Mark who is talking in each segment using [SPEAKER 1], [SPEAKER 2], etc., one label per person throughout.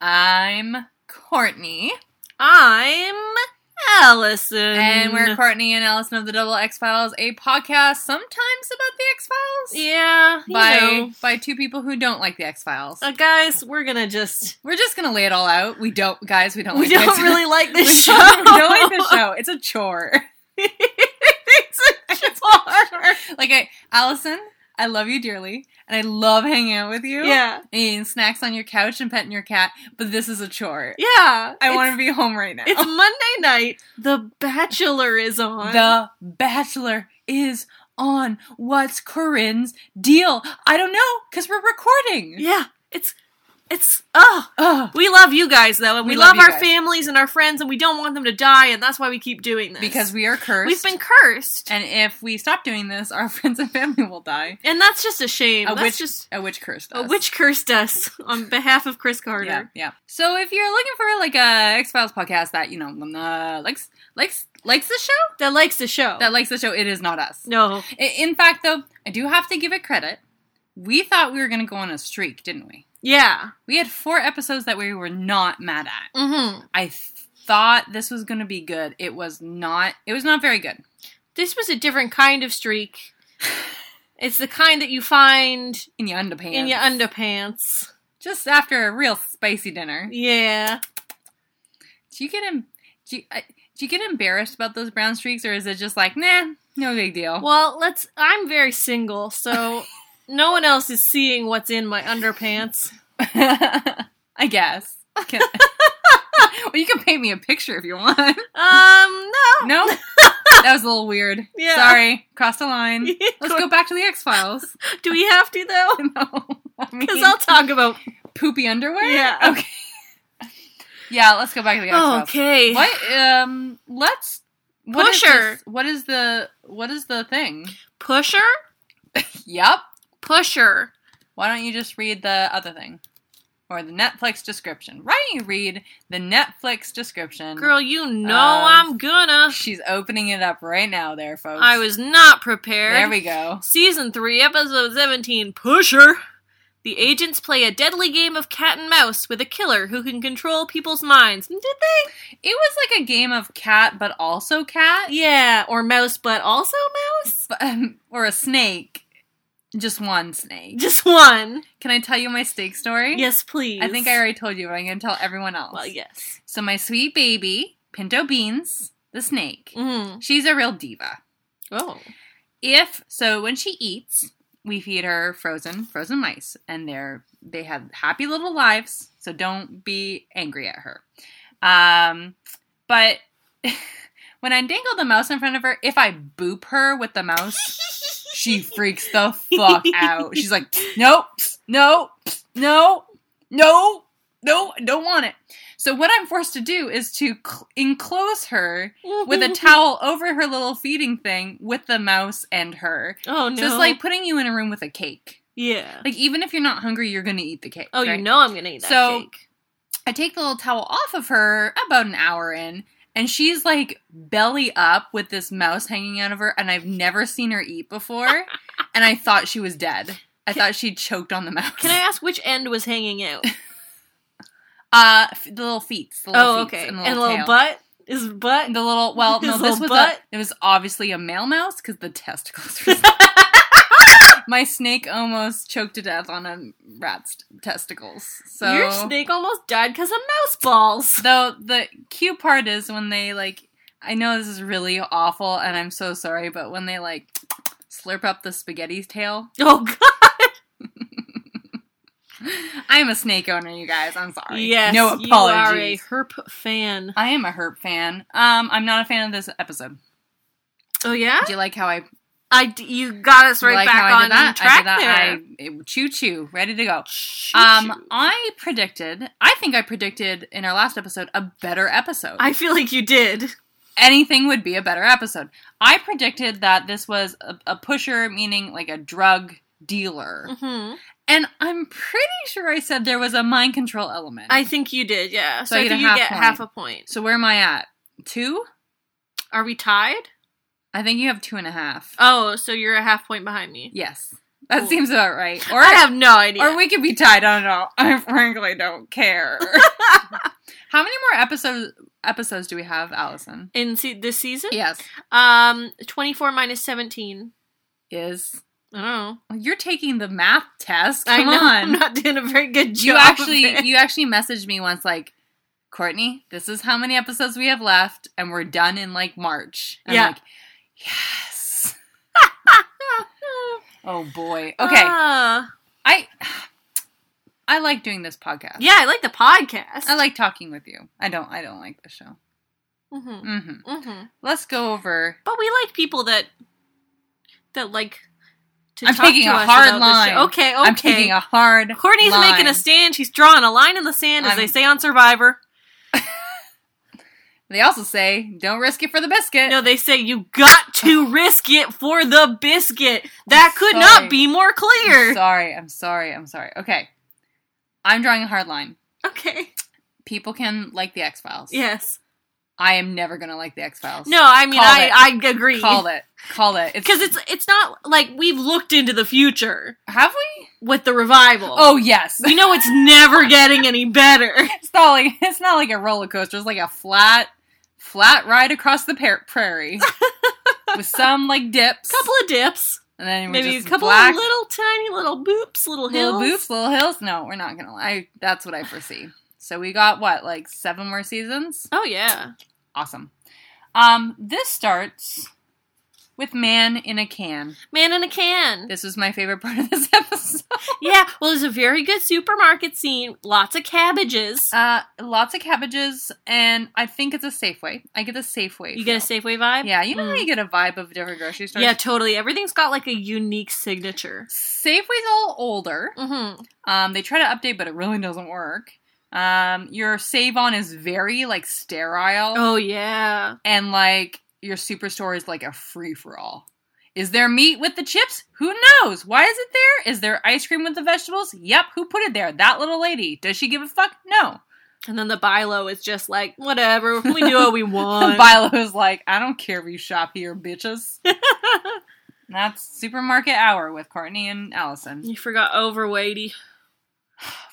[SPEAKER 1] I'm Courtney,
[SPEAKER 2] I'm Allison.
[SPEAKER 1] and we're
[SPEAKER 2] Mm.
[SPEAKER 1] Courtney and Allison of the Double X Files, a podcast sometimes about the X Files
[SPEAKER 2] yeah, you
[SPEAKER 1] by
[SPEAKER 2] know.
[SPEAKER 1] by two people who don't like the X Files.
[SPEAKER 2] Uh, guys, we're gonna just
[SPEAKER 1] We're just gonna lay it all out. We don't, guys. We don't.
[SPEAKER 2] we
[SPEAKER 1] like the
[SPEAKER 2] don't
[SPEAKER 1] X-Files.
[SPEAKER 2] really like
[SPEAKER 1] We
[SPEAKER 2] this show.
[SPEAKER 1] don't- we don't like the show. It's a chore.
[SPEAKER 2] it's a chore.
[SPEAKER 1] Like I, Allison, I love you dearly, and I love hanging out with you.
[SPEAKER 2] Yeah,
[SPEAKER 1] and eating snacks on your couch and petting your cat. But this is a chore.
[SPEAKER 2] yeah.
[SPEAKER 1] I want to
[SPEAKER 2] to.
[SPEAKER 1] be home right now.
[SPEAKER 2] It's Monday night. The Bachelor is on.
[SPEAKER 1] The Bachelor is on. What's Corinne's deal? I don't know, because we're recording.
[SPEAKER 2] yeah, it's it's oh.
[SPEAKER 1] Ugh.
[SPEAKER 2] We love you guys though, and we,
[SPEAKER 1] We love
[SPEAKER 2] love,
[SPEAKER 1] you
[SPEAKER 2] our
[SPEAKER 1] guys.
[SPEAKER 2] families and our friends, and we don't want them to die, and that's why we keep doing this
[SPEAKER 1] Because we are cursed.
[SPEAKER 2] we've been cursed,
[SPEAKER 1] And if we stop doing this, our friends and family will die.
[SPEAKER 2] and that's just a shame.
[SPEAKER 1] A
[SPEAKER 2] that's
[SPEAKER 1] witch,
[SPEAKER 2] just
[SPEAKER 1] a witch cursed
[SPEAKER 2] A
[SPEAKER 1] us.
[SPEAKER 2] witch cursed us on behalf of Chris Carter.
[SPEAKER 1] Yeah, yeah. So if you're looking for like a X Files podcast that you know uh, likes likes likes the show,
[SPEAKER 2] That likes the show.
[SPEAKER 1] that likes the show, it is not us.
[SPEAKER 2] no.
[SPEAKER 1] I- In fact, though, I do have to give it credit. We thought we were going to go on a streak, didn't we?
[SPEAKER 2] Yeah.
[SPEAKER 1] We had four episodes that we were not mad at.
[SPEAKER 2] Mm-hmm.
[SPEAKER 1] I th- thought this was going to be good. It was not. It was not very good.
[SPEAKER 2] This was a different kind of streak. it's the kind that you find
[SPEAKER 1] In your underpants.
[SPEAKER 2] in your underpants.
[SPEAKER 1] Just after a real spicy dinner.
[SPEAKER 2] Yeah.
[SPEAKER 1] Do you get em- do you, uh, do you get embarrassed about those brown streaks, or is it just like, nah, no big deal?
[SPEAKER 2] Well, let's. I'm very single, so no one else is seeing what's in my underpants.
[SPEAKER 1] I guess. Can- well, you can paint me a picture if you want.
[SPEAKER 2] Um, no.
[SPEAKER 1] No, that was a little weird.
[SPEAKER 2] Yeah.
[SPEAKER 1] Sorry, crossed a line. Let's go back to the X Files.
[SPEAKER 2] Do we have to though?
[SPEAKER 1] no, I mean,
[SPEAKER 2] Because I'll talk about.
[SPEAKER 1] poopy underwear.
[SPEAKER 2] Yeah.
[SPEAKER 1] Okay. yeah, let's go back to the X Files.
[SPEAKER 2] Okay.
[SPEAKER 1] What? Um. Let's. What is
[SPEAKER 2] Pusher.
[SPEAKER 1] this- what is the What is the thing?
[SPEAKER 2] Pusher.
[SPEAKER 1] Yep.
[SPEAKER 2] Pusher.
[SPEAKER 1] Why don't you just read the other thing, or the Netflix description? Why don't you read the Netflix description?
[SPEAKER 2] Girl, you know
[SPEAKER 1] Uh,
[SPEAKER 2] I'm gonna.
[SPEAKER 1] she's opening it up right now, there, folks.
[SPEAKER 2] I was not prepared.
[SPEAKER 1] There we go.
[SPEAKER 2] Season 3, Episode 17 Pusher! The agents play a deadly game of cat and mouse with a killer who can control people's minds. Did they?
[SPEAKER 1] It was like a game of cat, but also cat,
[SPEAKER 2] Yeah, or mouse, but also mouse?
[SPEAKER 1] But, um, or a snake. Just one snake.
[SPEAKER 2] Just one.
[SPEAKER 1] Can I tell you my snake story?
[SPEAKER 2] Yes, please.
[SPEAKER 1] I think I already told you, but I'm going to tell everyone else.
[SPEAKER 2] Well, yes.
[SPEAKER 1] So my sweet baby, Pinto Beans, the snake,
[SPEAKER 2] Mm.
[SPEAKER 1] she's a real diva.
[SPEAKER 2] Oh.
[SPEAKER 1] If so when she eats, we feed her frozen frozen mice and they're they have happy little lives, so don't be angry at her. Um but when I dangle the mouse in front of her, if I boop her with the mouse, she freaks the fuck out. She's like, nope, no, no, no, no, I don't want it. So what I'm forced to do is to cl- enclose her with a towel over her little feeding thing with the mouse and her.
[SPEAKER 2] Oh, no.
[SPEAKER 1] So it's like putting you in a room with a cake.
[SPEAKER 2] Yeah.
[SPEAKER 1] Like even if you're not hungry, you're gonna eat the cake.
[SPEAKER 2] Oh,
[SPEAKER 1] right?
[SPEAKER 2] you know I'm gonna eat that
[SPEAKER 1] So-
[SPEAKER 2] cake.
[SPEAKER 1] I take the little towel off of her about an hour in, and she's like belly up with this mouse hanging out of her, and I've never seen her eat before, and I thought she was dead. I thought she choked on the mouse.
[SPEAKER 2] Can I ask which end was hanging out?
[SPEAKER 1] Uh, f- the little feet. The little
[SPEAKER 2] oh,
[SPEAKER 1] feets
[SPEAKER 2] okay.
[SPEAKER 1] And the
[SPEAKER 2] and
[SPEAKER 1] little, tail.
[SPEAKER 2] butt? Is butt?
[SPEAKER 1] The little well, no,
[SPEAKER 2] His
[SPEAKER 1] this
[SPEAKER 2] little
[SPEAKER 1] was
[SPEAKER 2] butt?
[SPEAKER 1] a, it was obviously a male mouse because the testicles. Were My snake almost choked to death on a rat's testicles. So
[SPEAKER 2] Your snake almost died because of mouse balls.
[SPEAKER 1] Though the cute part is when they like, I know this is really awful, and I'm so sorry, but when they like slurp up the spaghetti tail,
[SPEAKER 2] Oh, God.
[SPEAKER 1] I'm a snake owner, you guys. I'm sorry.
[SPEAKER 2] Yes,
[SPEAKER 1] no
[SPEAKER 2] you are a
[SPEAKER 1] apologies.
[SPEAKER 2] herp fan.
[SPEAKER 1] I am a herp fan. Um, I'm not a fan of this episode.
[SPEAKER 2] Oh yeah,
[SPEAKER 1] Do you like how I
[SPEAKER 2] I d- you got us
[SPEAKER 1] Do you like
[SPEAKER 2] right back
[SPEAKER 1] how I
[SPEAKER 2] on
[SPEAKER 1] did that?
[SPEAKER 2] track
[SPEAKER 1] I did that.
[SPEAKER 2] there.
[SPEAKER 1] I- it- choo choo, ready to go.
[SPEAKER 2] Choo-choo.
[SPEAKER 1] Um, I predicted. I think I predicted in our last episode a better episode.
[SPEAKER 2] I feel like you did.
[SPEAKER 1] Anything would be a better episode. I predicted that this was a, a pusher, meaning like a drug dealer.
[SPEAKER 2] Mm-hmm.
[SPEAKER 1] And I'm pretty sure I said there was a mind control element.
[SPEAKER 2] I think you did, yeah. So,
[SPEAKER 1] So I
[SPEAKER 2] I
[SPEAKER 1] get a
[SPEAKER 2] think you
[SPEAKER 1] half
[SPEAKER 2] get
[SPEAKER 1] point.
[SPEAKER 2] half a point.
[SPEAKER 1] so where am I at? Two?
[SPEAKER 2] Are we tied?
[SPEAKER 1] I think you have two and a half.
[SPEAKER 2] Oh, so you're a half point behind me.
[SPEAKER 1] yes. That
[SPEAKER 2] Cool.
[SPEAKER 1] seems about right. Or
[SPEAKER 2] oh. I have no idea.
[SPEAKER 1] Or we could be tied on it all. I frankly don't care. How many more episodes episodes do we have, Allison?
[SPEAKER 2] in se- this season?
[SPEAKER 1] Yes.
[SPEAKER 2] Um, 24 minus 17.
[SPEAKER 1] Is
[SPEAKER 2] I don't know.
[SPEAKER 1] you're taking the math test. Come
[SPEAKER 2] I know I'm
[SPEAKER 1] on.
[SPEAKER 2] not doing a very good job.
[SPEAKER 1] you
[SPEAKER 2] of
[SPEAKER 1] actually
[SPEAKER 2] it.
[SPEAKER 1] you actually messaged me once like Courtney, this is how many episodes we have left, and we're done in like March. I'm
[SPEAKER 2] Yeah.
[SPEAKER 1] like, yes. oh boy. Okay.
[SPEAKER 2] Ah.
[SPEAKER 1] I I like doing this podcast.
[SPEAKER 2] yeah, I like the podcast.
[SPEAKER 1] I like talking with you. I don't I don't like the show.
[SPEAKER 2] hmm
[SPEAKER 1] hmm
[SPEAKER 2] hmm
[SPEAKER 1] Let's go over.
[SPEAKER 2] But we like people that that like to
[SPEAKER 1] I'm
[SPEAKER 2] talk
[SPEAKER 1] taking
[SPEAKER 2] to
[SPEAKER 1] a
[SPEAKER 2] us
[SPEAKER 1] hard
[SPEAKER 2] about the show.
[SPEAKER 1] line.
[SPEAKER 2] Okay, okay.
[SPEAKER 1] I'm taking a hard.
[SPEAKER 2] Courtney's
[SPEAKER 1] line.
[SPEAKER 2] making a stand. She's drawing a line in the sand, as they
[SPEAKER 1] I'm-
[SPEAKER 2] say on Survivor.
[SPEAKER 1] They also say, "Don't risk it for the biscuit."
[SPEAKER 2] No, they say you got to risk it for the biscuit. That could
[SPEAKER 1] sorry.
[SPEAKER 2] not be more
[SPEAKER 1] I'm
[SPEAKER 2] clear.
[SPEAKER 1] sorry. I'm sorry. I'm sorry. Okay, I'm drawing a hard line.
[SPEAKER 2] Okay.
[SPEAKER 1] People can like the X Files.
[SPEAKER 2] Yes.
[SPEAKER 1] I am never gonna like the X Files.
[SPEAKER 2] No, I mean
[SPEAKER 1] Called
[SPEAKER 2] I, I agree.
[SPEAKER 1] call it. Call it. It's
[SPEAKER 2] Because it's it's not like we've looked into the future
[SPEAKER 1] have we?
[SPEAKER 2] with the revival.
[SPEAKER 1] Oh yes.
[SPEAKER 2] we know it's never getting any better.
[SPEAKER 1] it's not like it's not like a roller coaster. It's like a flat, flat ride across the par- prairie with some like dips,
[SPEAKER 2] couple of dips,
[SPEAKER 1] and then we're
[SPEAKER 2] maybe a
[SPEAKER 1] just
[SPEAKER 2] couple
[SPEAKER 1] black,
[SPEAKER 2] of little tiny little boops, little hills.
[SPEAKER 1] Little boops, little hills. No, we're not gonna lie. That's what I foresee. So we got what, like seven more seasons?
[SPEAKER 2] Oh yeah.
[SPEAKER 1] Awesome. Um, this starts with man in a can.
[SPEAKER 2] Man in a can.
[SPEAKER 1] This was my favorite part of this episode.
[SPEAKER 2] Yeah, well, there's a very good supermarket scene. Lots of cabbages.
[SPEAKER 1] Uh, lots of cabbages, and I think it's a Safeway. I get the Safeway.
[SPEAKER 2] you get a
[SPEAKER 1] feel.
[SPEAKER 2] Safeway vibe?
[SPEAKER 1] Yeah, you know how
[SPEAKER 2] Mm.
[SPEAKER 1] you get a vibe of different grocery stores.
[SPEAKER 2] Yeah, totally. Everything's got like a unique signature.
[SPEAKER 1] Safeway's a little older.
[SPEAKER 2] Mm-hmm.
[SPEAKER 1] Um, they try to update, but it really doesn't work. Um, your save on is very like sterile.
[SPEAKER 2] Oh yeah.
[SPEAKER 1] and like your superstore is like a free for all. Is there meat with the chips? Who knows? Why is it there? Is there ice cream with the vegetables? Yep. Who put it there? That little lady. Does she give a fuck? No.
[SPEAKER 2] And then the Bilo is just like, whatever, we do what we want.
[SPEAKER 1] Bilo's like, I don't care if you shop here, bitches. That's supermarket hour with Courtney and Allison.
[SPEAKER 2] you forgot overweighty.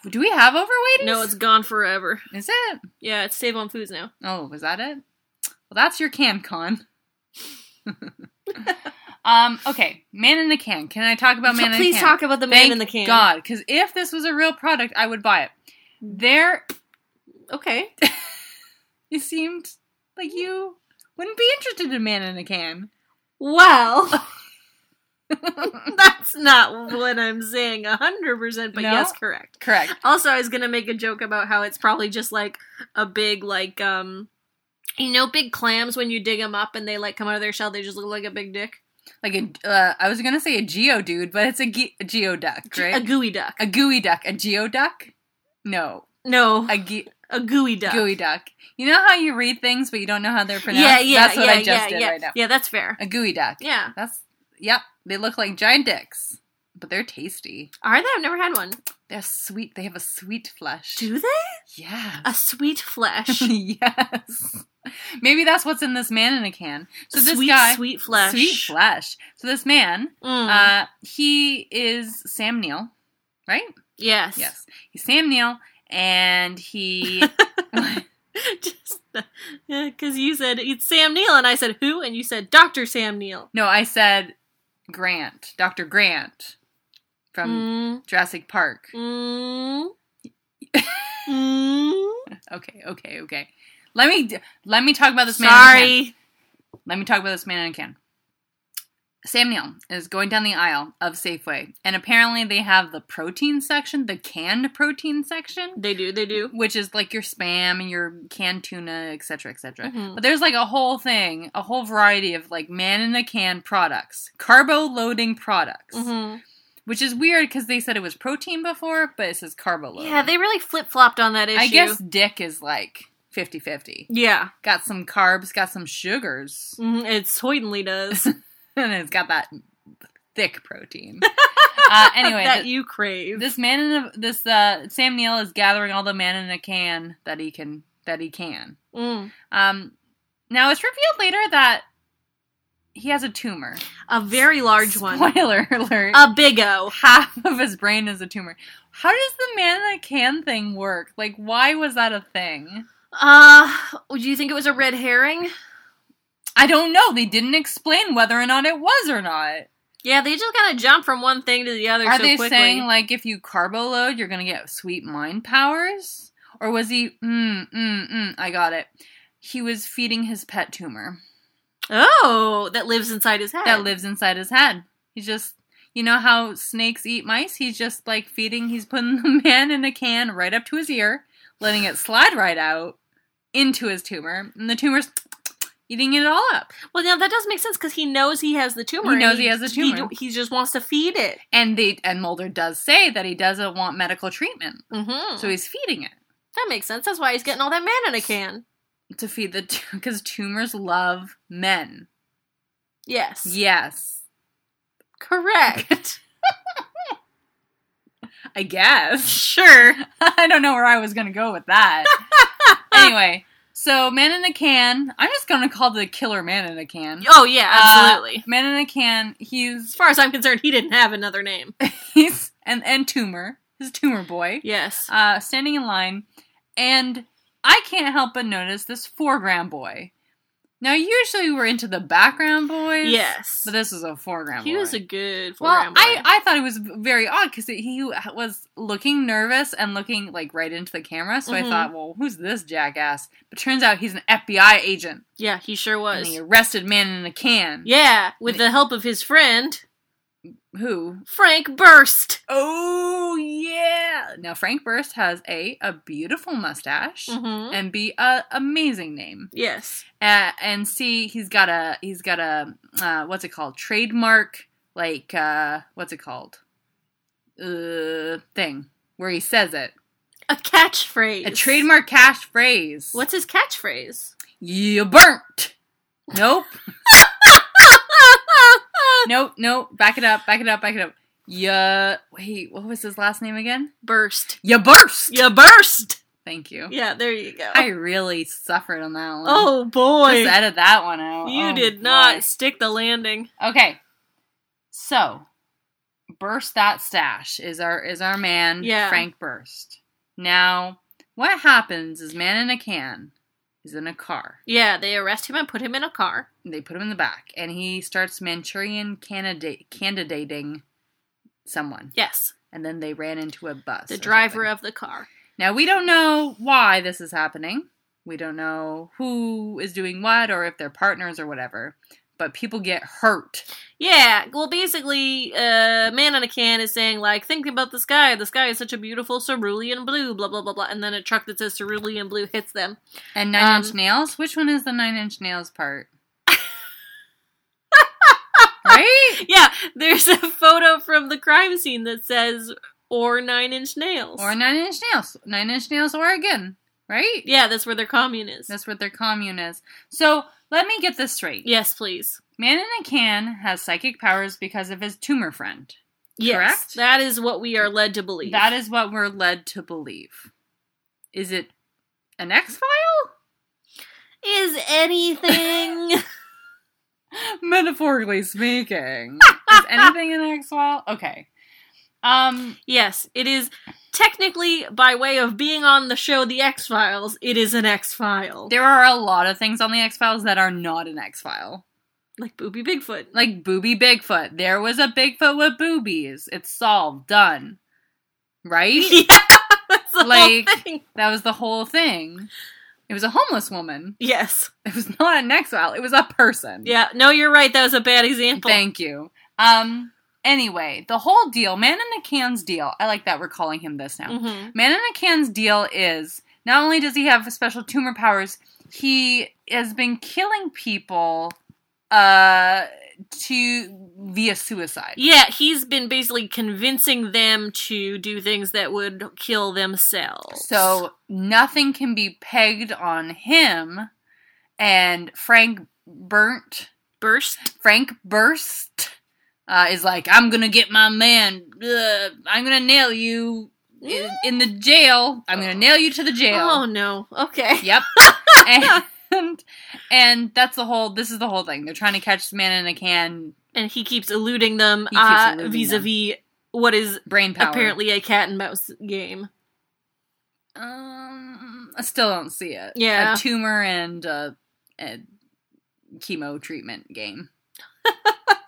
[SPEAKER 1] Do we have overweighties?
[SPEAKER 2] No, it's gone forever.
[SPEAKER 1] is it?
[SPEAKER 2] Yeah, it's Save on Foods now.
[SPEAKER 1] Oh, was that it? Well, that's your can con. um. Okay, man in a can. Can I talk about
[SPEAKER 2] So
[SPEAKER 1] Oh, man in a can?
[SPEAKER 2] please talk about the man
[SPEAKER 1] Thank
[SPEAKER 2] in the can.
[SPEAKER 1] God, because if this was a real product, I would buy it. There,
[SPEAKER 2] Okay.
[SPEAKER 1] you seemed like you wouldn't be interested in man in a can.
[SPEAKER 2] Well, that's not what I'm saying 100%, but
[SPEAKER 1] No?
[SPEAKER 2] yes, correct.
[SPEAKER 1] Correct.
[SPEAKER 2] Also, I was gonna make a joke about how it's probably just like a big like um, you know, big clams when you dig them up and they like come out of their shell, they just look like a big dick,
[SPEAKER 1] Like a, uh, I was gonna say a geo dude, but it's a, ge- a geo duck, right?
[SPEAKER 2] a gooey duck.
[SPEAKER 1] A, gooey duck, a geo duck. No,
[SPEAKER 2] no,
[SPEAKER 1] a ge-
[SPEAKER 2] a gooey duck.
[SPEAKER 1] gooey duck. You know how you read things, but you don't know how they're pronounced.
[SPEAKER 2] Yeah, yeah,
[SPEAKER 1] That's what
[SPEAKER 2] yeah,
[SPEAKER 1] I just
[SPEAKER 2] yeah,
[SPEAKER 1] did
[SPEAKER 2] yeah.
[SPEAKER 1] right now.
[SPEAKER 2] Yeah, that's fair.
[SPEAKER 1] A gooey duck.
[SPEAKER 2] Yeah,
[SPEAKER 1] That's yep. They look like giant dicks, but they're tasty.
[SPEAKER 2] are they? I've never had one.
[SPEAKER 1] They're sweet. They have a sweet flesh.
[SPEAKER 2] Do they?
[SPEAKER 1] Yeah.
[SPEAKER 2] A sweet flesh.
[SPEAKER 1] yes. Maybe that's what's in this man in a can. So this
[SPEAKER 2] sweet,
[SPEAKER 1] guy,
[SPEAKER 2] sweet flesh.
[SPEAKER 1] sweet flesh. So this man,
[SPEAKER 2] Mm.
[SPEAKER 1] uh, he is Sam Neill, right?
[SPEAKER 2] yes.
[SPEAKER 1] Yes, he's Sam Neill, and he.
[SPEAKER 2] Just because you said it's Sam Neill, and I said who, and you said Doctor Sam Neill.
[SPEAKER 1] no, I said Grant, Doctor Grant, from Jurassic Park.
[SPEAKER 2] Mm. Mm.
[SPEAKER 1] Okay, okay, okay. Let me let me talk about this man. in a can.
[SPEAKER 2] Sorry.
[SPEAKER 1] Let me talk about this man in a can. Sam Neill is going down the aisle of Safeway, and apparently they have the protein section, the canned protein section,
[SPEAKER 2] They do, they do.
[SPEAKER 1] which is like your spam and your canned tuna, etc., etc.
[SPEAKER 2] Mhm.
[SPEAKER 1] But there's like a whole thing, a
[SPEAKER 2] Mm-hmm.
[SPEAKER 1] whole variety of like man in a can products, carbo loading products. which is weird because they said it was protein before, but it says carbo load.
[SPEAKER 2] Yeah, they really flip flopped on that issue.
[SPEAKER 1] I guess dick is like 50 50.
[SPEAKER 2] Yeah,
[SPEAKER 1] Got some carbs, got some sugars,
[SPEAKER 2] Mhm, it certainly does.
[SPEAKER 1] and it's got that thick protein. uh, anyway,
[SPEAKER 2] that
[SPEAKER 1] th-
[SPEAKER 2] you crave.
[SPEAKER 1] this man in a, this uh, Sam Neill is gathering all the man in a can that he can that he can.
[SPEAKER 2] Mm.
[SPEAKER 1] Um, now it's revealed later that he has a tumor.
[SPEAKER 2] A very large one. Oh.
[SPEAKER 1] Spoiler alert.
[SPEAKER 2] A big O.
[SPEAKER 1] half of his brain is a tumor. How does the man in a can thing work? Like, why was that a thing?
[SPEAKER 2] Uh, do you think it was a red herring?
[SPEAKER 1] I don't know. They didn't explain whether or not it was or not.
[SPEAKER 2] Yeah, they just kind of jump from one thing to the other
[SPEAKER 1] Are
[SPEAKER 2] so
[SPEAKER 1] they
[SPEAKER 2] quickly.
[SPEAKER 1] saying like if you carbo load, you're gonna get sweet mind powers? Or was he? Mm, mm, mm. I got it. He was feeding his pet tumor
[SPEAKER 2] oh, that lives inside his head.
[SPEAKER 1] that lives inside his head. He's just, you know how snakes eat mice. He's just like feeding. He's putting the man in a can right up to his ear, letting it slide right out into his tumor, and the tumor's eating it all up.
[SPEAKER 2] Well, now that does make sense because he knows he has the tumor.
[SPEAKER 1] He
[SPEAKER 2] and
[SPEAKER 1] knows he has the tumor.
[SPEAKER 2] He, he just wants to feed it.
[SPEAKER 1] And they and Mulder does say that he doesn't want medical treatment,
[SPEAKER 2] Mm-hmm.
[SPEAKER 1] so he's feeding it.
[SPEAKER 2] that makes sense. That's why he's getting all that man in a can.
[SPEAKER 1] to feed the because tumors love men.
[SPEAKER 2] Yes.
[SPEAKER 1] Yes,
[SPEAKER 2] Correct.
[SPEAKER 1] I guess.
[SPEAKER 2] sure.
[SPEAKER 1] I don't know where I was gonna go with that. anyway, so man in a can. I'm just gonna call the killer man in a can.
[SPEAKER 2] Oh yeah,
[SPEAKER 1] Uh,
[SPEAKER 2] absolutely.
[SPEAKER 1] man in a can. He's
[SPEAKER 2] as far as I'm concerned, he didn't have another name.
[SPEAKER 1] he's and and tumor. His tumor boy.
[SPEAKER 2] Yes.
[SPEAKER 1] Uh, standing in line, and I can't help but notice this foreground boy. Now, usually we're into the background boys.
[SPEAKER 2] yes.
[SPEAKER 1] But this is a foreground.
[SPEAKER 2] He
[SPEAKER 1] boy.
[SPEAKER 2] was a good
[SPEAKER 1] Well,
[SPEAKER 2] foreground
[SPEAKER 1] I,
[SPEAKER 2] boy.
[SPEAKER 1] I thought it was very odd because he was looking nervous and looking like right into the camera. So I
[SPEAKER 2] Mhm.
[SPEAKER 1] thought, well, who's this jackass? But turns out he's an FBI agent.
[SPEAKER 2] yeah, he sure
[SPEAKER 1] And
[SPEAKER 2] was.
[SPEAKER 1] he arrested man in a can.
[SPEAKER 2] Yeah, with the help of his friend
[SPEAKER 1] Who?
[SPEAKER 2] Frank Burst.
[SPEAKER 1] Oh yeah. Now Frank Burst has a a beautiful mustache
[SPEAKER 2] Mm-hmm.
[SPEAKER 1] and b a amazing name.
[SPEAKER 2] Yes.
[SPEAKER 1] Uh, and c he's got a he's got a uh, what's it called trademark like uh, what's it called uh, thing where he says it.
[SPEAKER 2] A catchphrase.
[SPEAKER 1] A trademark cash phrase.
[SPEAKER 2] What's his catchphrase?
[SPEAKER 1] You burnt. Nope. nope. Nope. Back it up. Back it up. Back it up. Yeah. Wait. What was his last name again?
[SPEAKER 2] Burst.
[SPEAKER 1] You burst.
[SPEAKER 2] You burst.
[SPEAKER 1] Thank you.
[SPEAKER 2] Yeah, there you go.
[SPEAKER 1] I really suffered on that one.
[SPEAKER 2] oh boy.
[SPEAKER 1] Just edit that one out.
[SPEAKER 2] you
[SPEAKER 1] Oh,
[SPEAKER 2] did not
[SPEAKER 1] boy.
[SPEAKER 2] stick the landing.
[SPEAKER 1] Okay. So, burst that stash is our is our man
[SPEAKER 2] Yeah.
[SPEAKER 1] Frank Burst. Now, what happens is man in a can is in a car.
[SPEAKER 2] Yeah, they arrest him and put him in a car.
[SPEAKER 1] they put him in the back and he starts manchurian candidate candidating someone
[SPEAKER 2] Yes,
[SPEAKER 1] and then they ran into a bus
[SPEAKER 2] the
[SPEAKER 1] or
[SPEAKER 2] driver
[SPEAKER 1] something.
[SPEAKER 2] of the car.
[SPEAKER 1] now we don't know why this is happening we don't know who is doing what or if they're partners or whatever but people get hurt
[SPEAKER 2] Yeah, well, basically, uh, man in a can is saying like, think about the sky. The sky is such a beautiful cerulean blue. Blah blah blah blah. And then a truck that says cerulean blue hits them.
[SPEAKER 1] and nine
[SPEAKER 2] Um,
[SPEAKER 1] inch nails which one is the nine inch nails part right
[SPEAKER 2] Yeah, there's a photo from the crime scene that says or nine inch nails.
[SPEAKER 1] or nine inch nails nine inch nails oregon right
[SPEAKER 2] yeah, that's where their commune is.
[SPEAKER 1] that's what their commune is so let me get this straight
[SPEAKER 2] yes, please.
[SPEAKER 1] Man in a can has psychic powers because of his tumor friend.
[SPEAKER 2] Yes,
[SPEAKER 1] Correct?
[SPEAKER 2] that is what we are led to believe.
[SPEAKER 1] That is what we're led to believe. Is it an X file?
[SPEAKER 2] is anything.
[SPEAKER 1] Metaphorically speaking, is anything an X file? Okay. Um.
[SPEAKER 2] Yes, it is technically by way of being on the show The X Files, it is an X File.
[SPEAKER 1] There are a lot of things on the X Files that are not an X file.
[SPEAKER 2] Like Booby Bigfoot.
[SPEAKER 1] Like Booby Bigfoot. There was a Bigfoot with boobies. It's solved. Done. Right?
[SPEAKER 2] That's the
[SPEAKER 1] Like-
[SPEAKER 2] whole thing.
[SPEAKER 1] that was the whole thing. It was a homeless woman.
[SPEAKER 2] Yes.
[SPEAKER 1] It was not an X file. It was a person.
[SPEAKER 2] Yeah, no, you're right. That was a bad example.
[SPEAKER 1] Thank you. Um. Anyway, the whole deal, man in a can's deal. I like that we're calling him this now.
[SPEAKER 2] Mhm.
[SPEAKER 1] Man in a can's deal is not only does he have special tumor powers, he has been killing people, uh, to via suicide.
[SPEAKER 2] Yeah, he's been basically convincing them to do things that would kill themselves.
[SPEAKER 1] So nothing can be pegged on him. And Frank burnt.
[SPEAKER 2] burst.
[SPEAKER 1] Frank burst uh, is like, I'm gonna get my man. Ugh, I'm gonna nail you in, in the jail. I'm gonna nail you to the jail.
[SPEAKER 2] Oh no. Okay.
[SPEAKER 1] Yep. and and that's the whole. This is the whole thing. They're trying to catch this man in a can.
[SPEAKER 2] And he keeps eluding them
[SPEAKER 1] He keeps
[SPEAKER 2] uh,
[SPEAKER 1] eluding them.
[SPEAKER 2] vis-a-vis what is
[SPEAKER 1] Brain power.
[SPEAKER 2] apparently a cat and mouse game.
[SPEAKER 1] Um, I still don't see it.
[SPEAKER 2] Yeah.
[SPEAKER 1] A tumor and uh, a chemo treatment game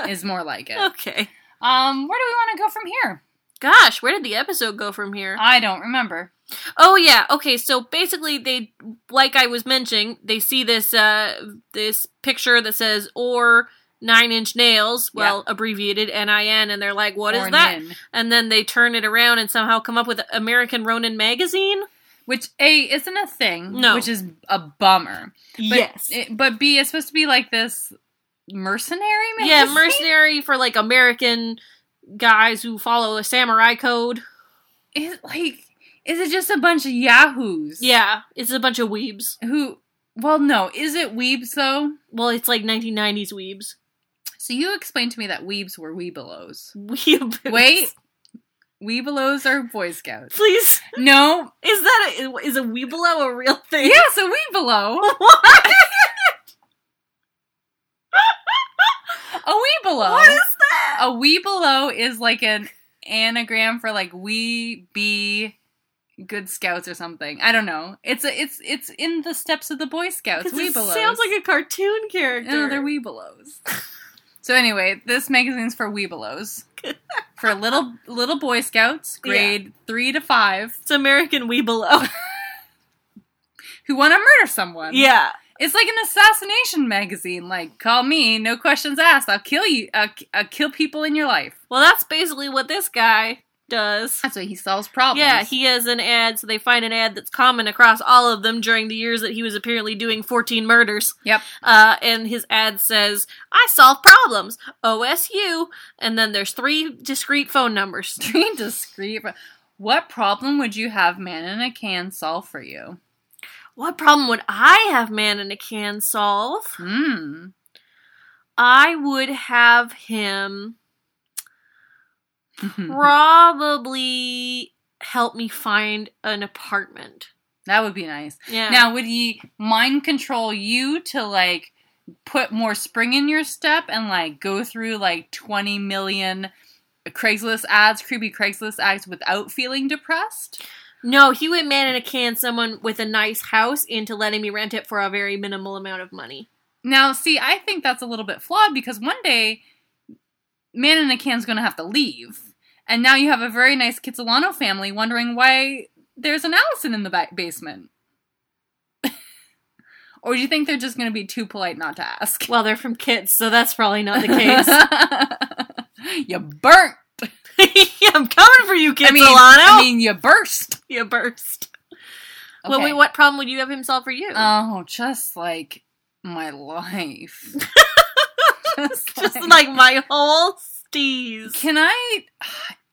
[SPEAKER 1] is more like it.
[SPEAKER 2] Okay.
[SPEAKER 1] Um, where do we want to go from here?
[SPEAKER 2] Gosh, where did the episode go from here?
[SPEAKER 1] I don't remember.
[SPEAKER 2] Oh yeah. Okay. So basically, they like I was mentioning, they see this uh this picture that says or nine inch nails,
[SPEAKER 1] Yeah.
[SPEAKER 2] well abbreviated NIN, and they're like, what is
[SPEAKER 1] Or
[SPEAKER 2] that?
[SPEAKER 1] Nin.
[SPEAKER 2] And then they turn it around and somehow come up with American Ronin magazine.
[SPEAKER 1] Which a isn't a thing.
[SPEAKER 2] No.
[SPEAKER 1] which is a bummer. But it- but B is supposed to be like this mercenary. Magazine?
[SPEAKER 2] yeah, mercenary for like American guys who follow a samurai code.
[SPEAKER 1] Is like is it just a bunch of yahoos?
[SPEAKER 2] Yeah, it's a bunch of weebs.
[SPEAKER 1] Who? Well, no. Is it weebs though?
[SPEAKER 2] Well, it's like 1990s weebs.
[SPEAKER 1] So you explained to me that weebs were weebelows.
[SPEAKER 2] Weeb.
[SPEAKER 1] Wait. Weebelows are Boy Scouts.
[SPEAKER 2] Please.
[SPEAKER 1] No.
[SPEAKER 2] Is that a, is a weebelo a real thing?
[SPEAKER 1] Yes, a Weebelow.
[SPEAKER 2] What?
[SPEAKER 1] A Weebelow.
[SPEAKER 2] What is that?
[SPEAKER 1] A Weebelow is like an anagram for like we be good scouts or something. I don't know. It's a it's it's in the steps of the Boy Scouts.
[SPEAKER 2] 'Cause it
[SPEAKER 1] Weebelows.
[SPEAKER 2] sounds like a cartoon character.
[SPEAKER 1] No, they're Weebelows. so anyway, this magazine's for Weebelows. for little little Boy Scouts, grade three to five,
[SPEAKER 2] It's American weebelo.
[SPEAKER 1] who want to murder someone.
[SPEAKER 2] yeah.
[SPEAKER 1] It's like an assassination magazine. Like, call me, no questions asked. I'll kill you. I'll, I'll kill people in your life.
[SPEAKER 2] Well, that's basically what this guy does.
[SPEAKER 1] That's why he solves problems.
[SPEAKER 2] Yeah, he has an ad, so they find an ad that's common across all of them during the years that he was apparently doing 14 murders.
[SPEAKER 1] Yep.
[SPEAKER 2] Uh, and his ad says, I solve problems, OSU. And then there's three discrete phone numbers.
[SPEAKER 1] Three discreet. pro- What problem would you have man in a can solve for you?
[SPEAKER 2] What problem would I have man in a can solve?
[SPEAKER 1] Hmm.
[SPEAKER 2] I would have him
[SPEAKER 1] Mm-hmm.
[SPEAKER 2] probably help me find an apartment.
[SPEAKER 1] that would be nice.
[SPEAKER 2] Yeah.
[SPEAKER 1] Now, would he mind control you to like put more spring in your step and like go through like 20 million Craigslist ads, creepy Craigslist ads without feeling depressed?
[SPEAKER 2] No, he would man in a can someone with a nice house into letting me rent it for a very minimal amount of money.
[SPEAKER 1] Now, see, I think that's a little bit flawed because one day, Man in a Can's going to have to leave. And now you have a very nice Kitsilano family wondering why there's an Allison in the ba- basement. or do you think they're just going to be too polite not to ask?
[SPEAKER 2] Well, they're from kids, so that's probably not the case.
[SPEAKER 1] you burnt.
[SPEAKER 2] I'm coming for you,
[SPEAKER 1] I
[SPEAKER 2] Kid
[SPEAKER 1] mean,
[SPEAKER 2] Solano.
[SPEAKER 1] I mean, you burst.
[SPEAKER 2] you burst. Well,
[SPEAKER 1] Okay.
[SPEAKER 2] wait, what problem would you have him solve for you?
[SPEAKER 1] Oh, just like my life. just
[SPEAKER 2] Just like my whole steez.
[SPEAKER 1] Can I?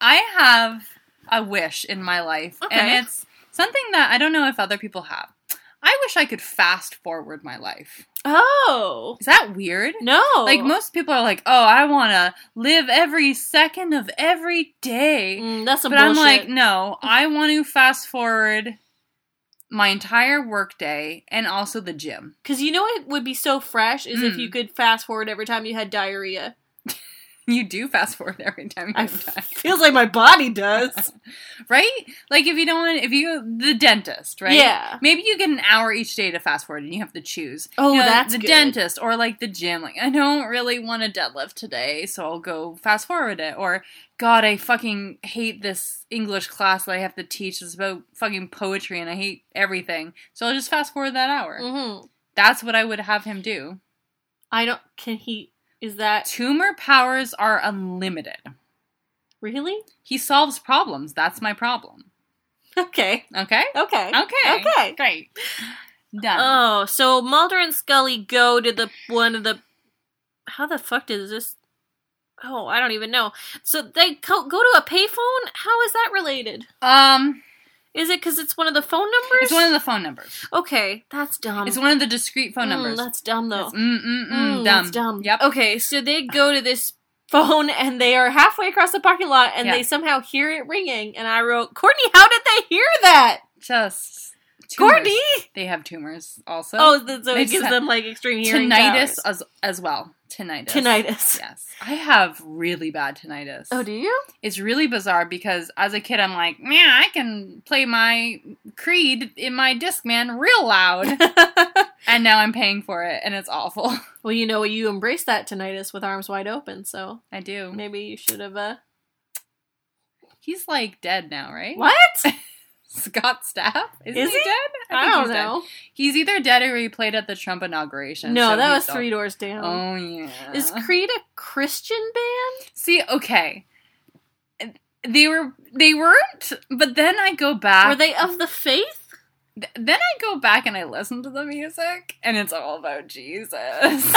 [SPEAKER 1] I have a wish in my life,
[SPEAKER 2] Okay.
[SPEAKER 1] and it's something that I don't know if other people have. I wish I could fast forward my life.
[SPEAKER 2] Oh
[SPEAKER 1] Is that weird?
[SPEAKER 2] no!
[SPEAKER 1] Like most people are like, "Oh, I want to live every second of every day,"
[SPEAKER 2] Mm, that's some
[SPEAKER 1] but I'm
[SPEAKER 2] bullshit.
[SPEAKER 1] like, "No, I want to fast forward my entire workday and also the gym."
[SPEAKER 2] because you know what would be so fresh is if
[SPEAKER 1] Mm.
[SPEAKER 2] you could fast forward every time you had diarrhea.
[SPEAKER 1] You do fast forward every time you
[SPEAKER 2] I
[SPEAKER 1] have time.
[SPEAKER 2] feels like my body does.
[SPEAKER 1] right? Like if you don't want, if you the dentist, right?
[SPEAKER 2] Yeah.
[SPEAKER 1] Maybe you get an hour each day to fast forward, and you have to choose.
[SPEAKER 2] Oh,
[SPEAKER 1] You know,
[SPEAKER 2] that's
[SPEAKER 1] the
[SPEAKER 2] good.
[SPEAKER 1] dentist or like the gym. Like I don't really want a deadlift today, so I'll go fast forward it. Or God, I fucking hate this English class that I have to teach. It's about fucking poetry, and I hate everything. So I'll just fast forward that hour.
[SPEAKER 2] hmm
[SPEAKER 1] That's what I would have him do.
[SPEAKER 2] I don't. Can he? Is that
[SPEAKER 1] Tumor powers are unlimited.
[SPEAKER 2] really
[SPEAKER 1] He solves problems. That's my problem.
[SPEAKER 2] okay?
[SPEAKER 1] Okay.
[SPEAKER 2] Okay.
[SPEAKER 1] Okay.
[SPEAKER 2] Okay.
[SPEAKER 1] Great. Done.
[SPEAKER 2] Oh, so Mulder and Scully go to the one of the how the fuck does this? Oh, I don't even know. So they co- go to a payphone. How is that related?
[SPEAKER 1] Um,
[SPEAKER 2] Is it because it's one of the phone numbers?
[SPEAKER 1] it's one of the phone numbers.
[SPEAKER 2] okay, that's dumb.
[SPEAKER 1] It's one of the discrete phone
[SPEAKER 2] Mm,
[SPEAKER 1] numbers.
[SPEAKER 2] That's dumb though.
[SPEAKER 1] Mm, mm, mm,
[SPEAKER 2] Mm,
[SPEAKER 1] dumb.
[SPEAKER 2] That's dumb.
[SPEAKER 1] Yep.
[SPEAKER 2] Okay, so they go to this phone and they are halfway across the parking lot and
[SPEAKER 1] Yeah.
[SPEAKER 2] they somehow hear it ringing. And I wrote, Courtney, how did they hear that?
[SPEAKER 1] Just tumors.
[SPEAKER 2] Courtney!
[SPEAKER 1] They have tumors also.
[SPEAKER 2] Oh, th- so
[SPEAKER 1] They
[SPEAKER 2] it
[SPEAKER 1] just
[SPEAKER 2] gives
[SPEAKER 1] have
[SPEAKER 2] them like extreme hearing.
[SPEAKER 1] tinnitus
[SPEAKER 2] powers.
[SPEAKER 1] as, as well. Tinnitus.
[SPEAKER 2] Tinnitus.
[SPEAKER 1] Yes. I have really bad tinnitus.
[SPEAKER 2] Oh, do you?
[SPEAKER 1] it's really bizarre because as a kid I'm like, man, I can play my Creed in my Discman real loud, and now I'm paying for it, and it's awful.
[SPEAKER 2] well, you know what? You embrace that tinnitus with arms wide open, so
[SPEAKER 1] I do.
[SPEAKER 2] maybe you should have. Uh...
[SPEAKER 1] He's like dead now, right?
[SPEAKER 2] What?
[SPEAKER 1] Scott Stapp is,
[SPEAKER 2] Is
[SPEAKER 1] he,
[SPEAKER 2] he?
[SPEAKER 1] dead?
[SPEAKER 2] I,
[SPEAKER 1] think
[SPEAKER 2] don't
[SPEAKER 1] he's dead.
[SPEAKER 2] know.
[SPEAKER 1] He's either dead or he played at the Trump inauguration.
[SPEAKER 2] No,
[SPEAKER 1] so
[SPEAKER 2] that
[SPEAKER 1] he's
[SPEAKER 2] was
[SPEAKER 1] still-
[SPEAKER 2] three doors down.
[SPEAKER 1] Oh yeah.
[SPEAKER 2] Is Creed a Christian band?
[SPEAKER 1] See, okay. They were they weren't, but then I go back.
[SPEAKER 2] Were they of the faith?
[SPEAKER 1] Th- then I go back and I listen to the music, and it's all about Jesus.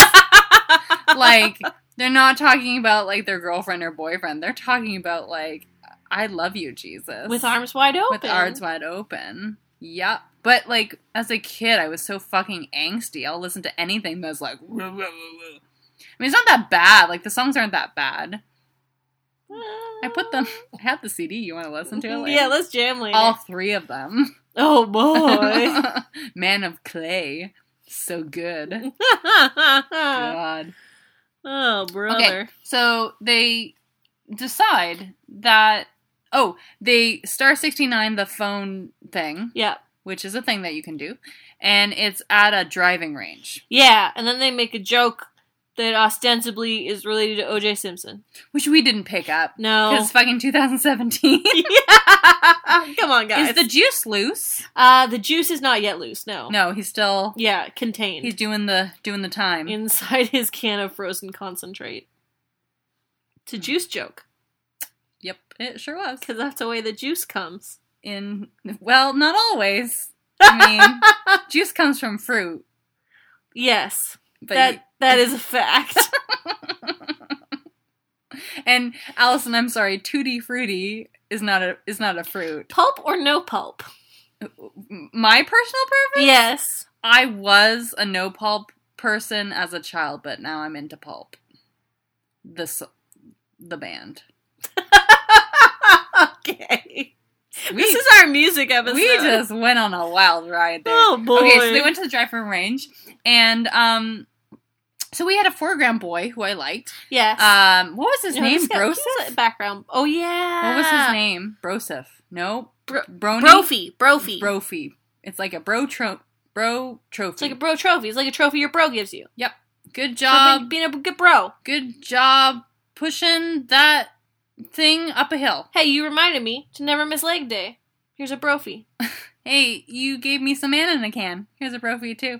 [SPEAKER 1] like they're not talking about like their girlfriend or boyfriend. They're talking about like I love you, Jesus,
[SPEAKER 2] With arms wide open.
[SPEAKER 1] with arms wide open. Yep. But like as a kid, I was so fucking angsty. I'll listen to anything that's like. I mean, it's not that bad. Like the songs aren't that bad. I put them. I have the CD. You want to listen to it? Later?
[SPEAKER 2] Mm-hmm. Yeah, let's jam later.
[SPEAKER 1] all three of them.
[SPEAKER 2] Oh boy.
[SPEAKER 1] Man of clay. So good. God.
[SPEAKER 2] oh brother.
[SPEAKER 1] So they decide that oh, they star 69 the phone thing,
[SPEAKER 2] Yeah.
[SPEAKER 1] which is a thing that you can do, and it's at a driving range,
[SPEAKER 2] Yeah, and then they make a joke that ostensibly is related to OJ Simpson.
[SPEAKER 1] which we didn't pick up
[SPEAKER 2] No.
[SPEAKER 1] cuz fucking 2017.
[SPEAKER 2] Come on, guys.
[SPEAKER 1] is the juice loose?
[SPEAKER 2] uh the juice is not yet loose, no.
[SPEAKER 1] No, he's still
[SPEAKER 2] Yeah, contained.
[SPEAKER 1] he's doing the doing the time.
[SPEAKER 2] inside his can of frozen concentrate. It's a juice joke,
[SPEAKER 1] yep, it sure was.
[SPEAKER 2] because that's the way the juice comes.
[SPEAKER 1] in well, not always. I mean, juice comes from fruit,
[SPEAKER 2] Yes.
[SPEAKER 1] but
[SPEAKER 2] that that is a fact.
[SPEAKER 1] and Allison, I'm sorry, tutti frutti is not a is not a fruit.
[SPEAKER 2] pulp or no pulp?
[SPEAKER 1] My personal preference.
[SPEAKER 2] Yes.
[SPEAKER 1] I was a no pulp person as a child, but now I'm into pulp. This the band.
[SPEAKER 2] okay.
[SPEAKER 1] We,
[SPEAKER 2] this is our music episode.
[SPEAKER 1] we just went on a wild ride there.
[SPEAKER 2] oh boy.
[SPEAKER 1] Okay, so they went to the drive from range, and um, so we had a foreground boy who I liked.
[SPEAKER 2] Yes.
[SPEAKER 1] Um, what was his
[SPEAKER 2] No,
[SPEAKER 1] name?
[SPEAKER 2] this guy-
[SPEAKER 1] Broseph.
[SPEAKER 2] he's a Background. Oh yeah.
[SPEAKER 1] What was his name? Broseph. No.
[SPEAKER 2] Bro-
[SPEAKER 1] Brony.
[SPEAKER 2] Brophy. Brophy.
[SPEAKER 1] Brophy. It's like a bro tro- bro trophy.
[SPEAKER 2] It's like a bro trophy. It's like a trophy your bro gives you.
[SPEAKER 1] good
[SPEAKER 2] For
[SPEAKER 1] job.
[SPEAKER 2] being- being a good bro.
[SPEAKER 1] Good job pushing that thing up a hill.
[SPEAKER 2] Hey, you reminded me to never miss leg day. Here's a brophy.
[SPEAKER 1] Hey, you gave me some man in a can. Here's a brophy too.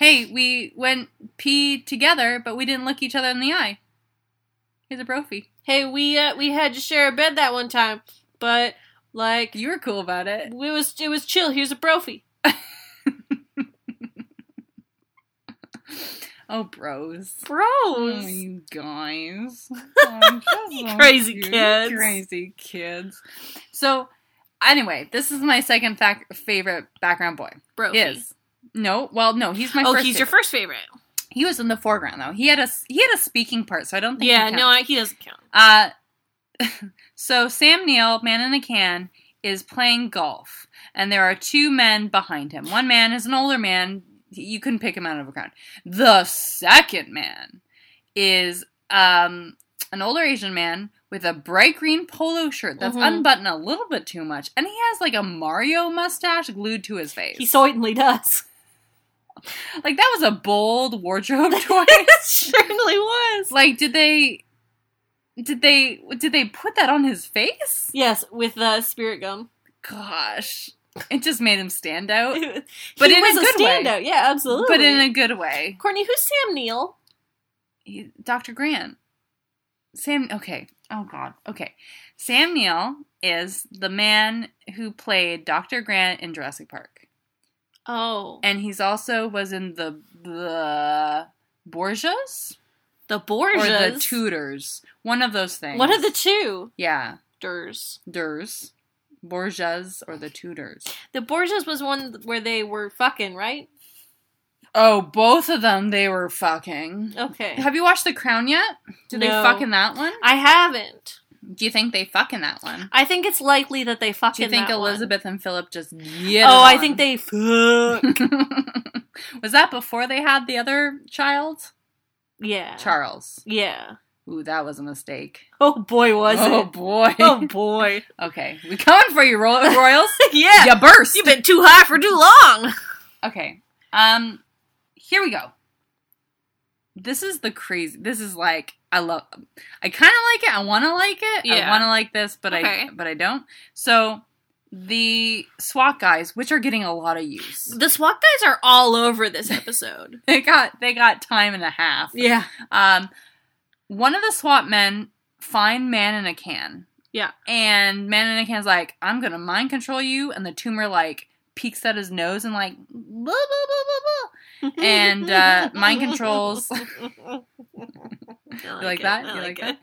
[SPEAKER 1] hey, we went pee together, but we didn't look each other in the eye. Here's a brophy.
[SPEAKER 2] Hey, we uh, we had to share a bed that one time, but like
[SPEAKER 1] You were cool about
[SPEAKER 2] it
[SPEAKER 1] it.
[SPEAKER 2] was it was chill. Here's a brophy.
[SPEAKER 1] Oh, bros.
[SPEAKER 2] Bros.
[SPEAKER 1] Oh, you guys. Oh, just
[SPEAKER 2] You
[SPEAKER 1] so
[SPEAKER 2] crazy
[SPEAKER 1] cute.
[SPEAKER 2] kids.
[SPEAKER 1] Crazy kids. So, anyway, this is my second fac- favorite background boy.
[SPEAKER 2] Brophy.
[SPEAKER 1] Is. No, well, no, he's my
[SPEAKER 2] oh,
[SPEAKER 1] first.
[SPEAKER 2] he's your
[SPEAKER 1] favorite.
[SPEAKER 2] first favorite.
[SPEAKER 1] He was in the foreground though. He had a s- he had a speaking part, so I don't think.
[SPEAKER 2] Yeah,
[SPEAKER 1] he
[SPEAKER 2] no, I, he doesn't count.
[SPEAKER 1] Uh, so Sam Neill, man in a can, is playing golf, and there are two men behind him. One man is an older man; you couldn't pick him out of a crowd. The second man is um, an older Asian man with a bright green polo shirt that's
[SPEAKER 2] Mhm.
[SPEAKER 1] unbuttoned a little bit too much, and he has like a Mario mustache glued to his face.
[SPEAKER 2] He certainly does.
[SPEAKER 1] like that was a bold wardrobe choice.
[SPEAKER 2] certainly was.
[SPEAKER 1] like, did they? Did they did they put that on his face?
[SPEAKER 2] Yes, with uh, spirit gum.
[SPEAKER 1] gosh, it just made him stand out,
[SPEAKER 2] but
[SPEAKER 1] in a
[SPEAKER 2] was
[SPEAKER 1] good way.
[SPEAKER 2] standout. Yeah, absolutely.
[SPEAKER 1] but in a good way.
[SPEAKER 2] Courtney, who's Sam Neill?
[SPEAKER 1] He- Dr. Grant, Sam. Okay. Oh God. Okay. Sam Neill is the man who played Dr. Grant in Jurassic Park.
[SPEAKER 2] Oh.
[SPEAKER 1] and he's also was in the the Borgias
[SPEAKER 2] the
[SPEAKER 1] or
[SPEAKER 2] Borgias.
[SPEAKER 1] the Tudors, one of those things.
[SPEAKER 2] One of the two.
[SPEAKER 1] yeah,
[SPEAKER 2] Durs.
[SPEAKER 1] Durs, Borgias, or the Tudors.
[SPEAKER 2] The Borgias was one where they were fucking, right?
[SPEAKER 1] Oh, both of them they were fucking.
[SPEAKER 2] Okay.
[SPEAKER 1] Have you watched The Crown yet? Do they
[SPEAKER 2] No.
[SPEAKER 1] fuck in that one?
[SPEAKER 2] I haven't.
[SPEAKER 1] Do you think they fuck in that one?
[SPEAKER 2] I think it's likely that they
[SPEAKER 1] Do
[SPEAKER 2] fucking.
[SPEAKER 1] you think Elizabeth and Philip just get it
[SPEAKER 2] Oh, I
[SPEAKER 1] on?
[SPEAKER 2] think they fuck.
[SPEAKER 1] was that before they had the other child,
[SPEAKER 2] yeah.
[SPEAKER 1] Charles?
[SPEAKER 2] Yeah.
[SPEAKER 1] Ooh, that was a mistake.
[SPEAKER 2] Oh boy, was
[SPEAKER 1] oh
[SPEAKER 2] it?
[SPEAKER 1] boy.
[SPEAKER 2] Oh boy.
[SPEAKER 1] Okay, we coming for you, Ro- Royals.
[SPEAKER 2] yeah.
[SPEAKER 1] you burst.
[SPEAKER 2] You've been too high for too long.
[SPEAKER 1] Okay. Um, here we go. This is the crazy. This is like I love. I kind of like it. I want to like it. I
[SPEAKER 2] Yeah.
[SPEAKER 1] want to like this, but
[SPEAKER 2] Okay.
[SPEAKER 1] I but I don't. So the SWAT guys, which are getting a lot of use,
[SPEAKER 2] The SWAT guys are all over this episode.
[SPEAKER 1] they got they got time and a half.
[SPEAKER 2] yeah.
[SPEAKER 1] Um, one of the SWAT men find man in a can.
[SPEAKER 2] Yeah.
[SPEAKER 1] And man in a can's like, I'm gonna mind control you, and the tumor like peeks at his nose and like, blah, blah, blah, blah, blah. and uh, mind controls. You like that? You like that?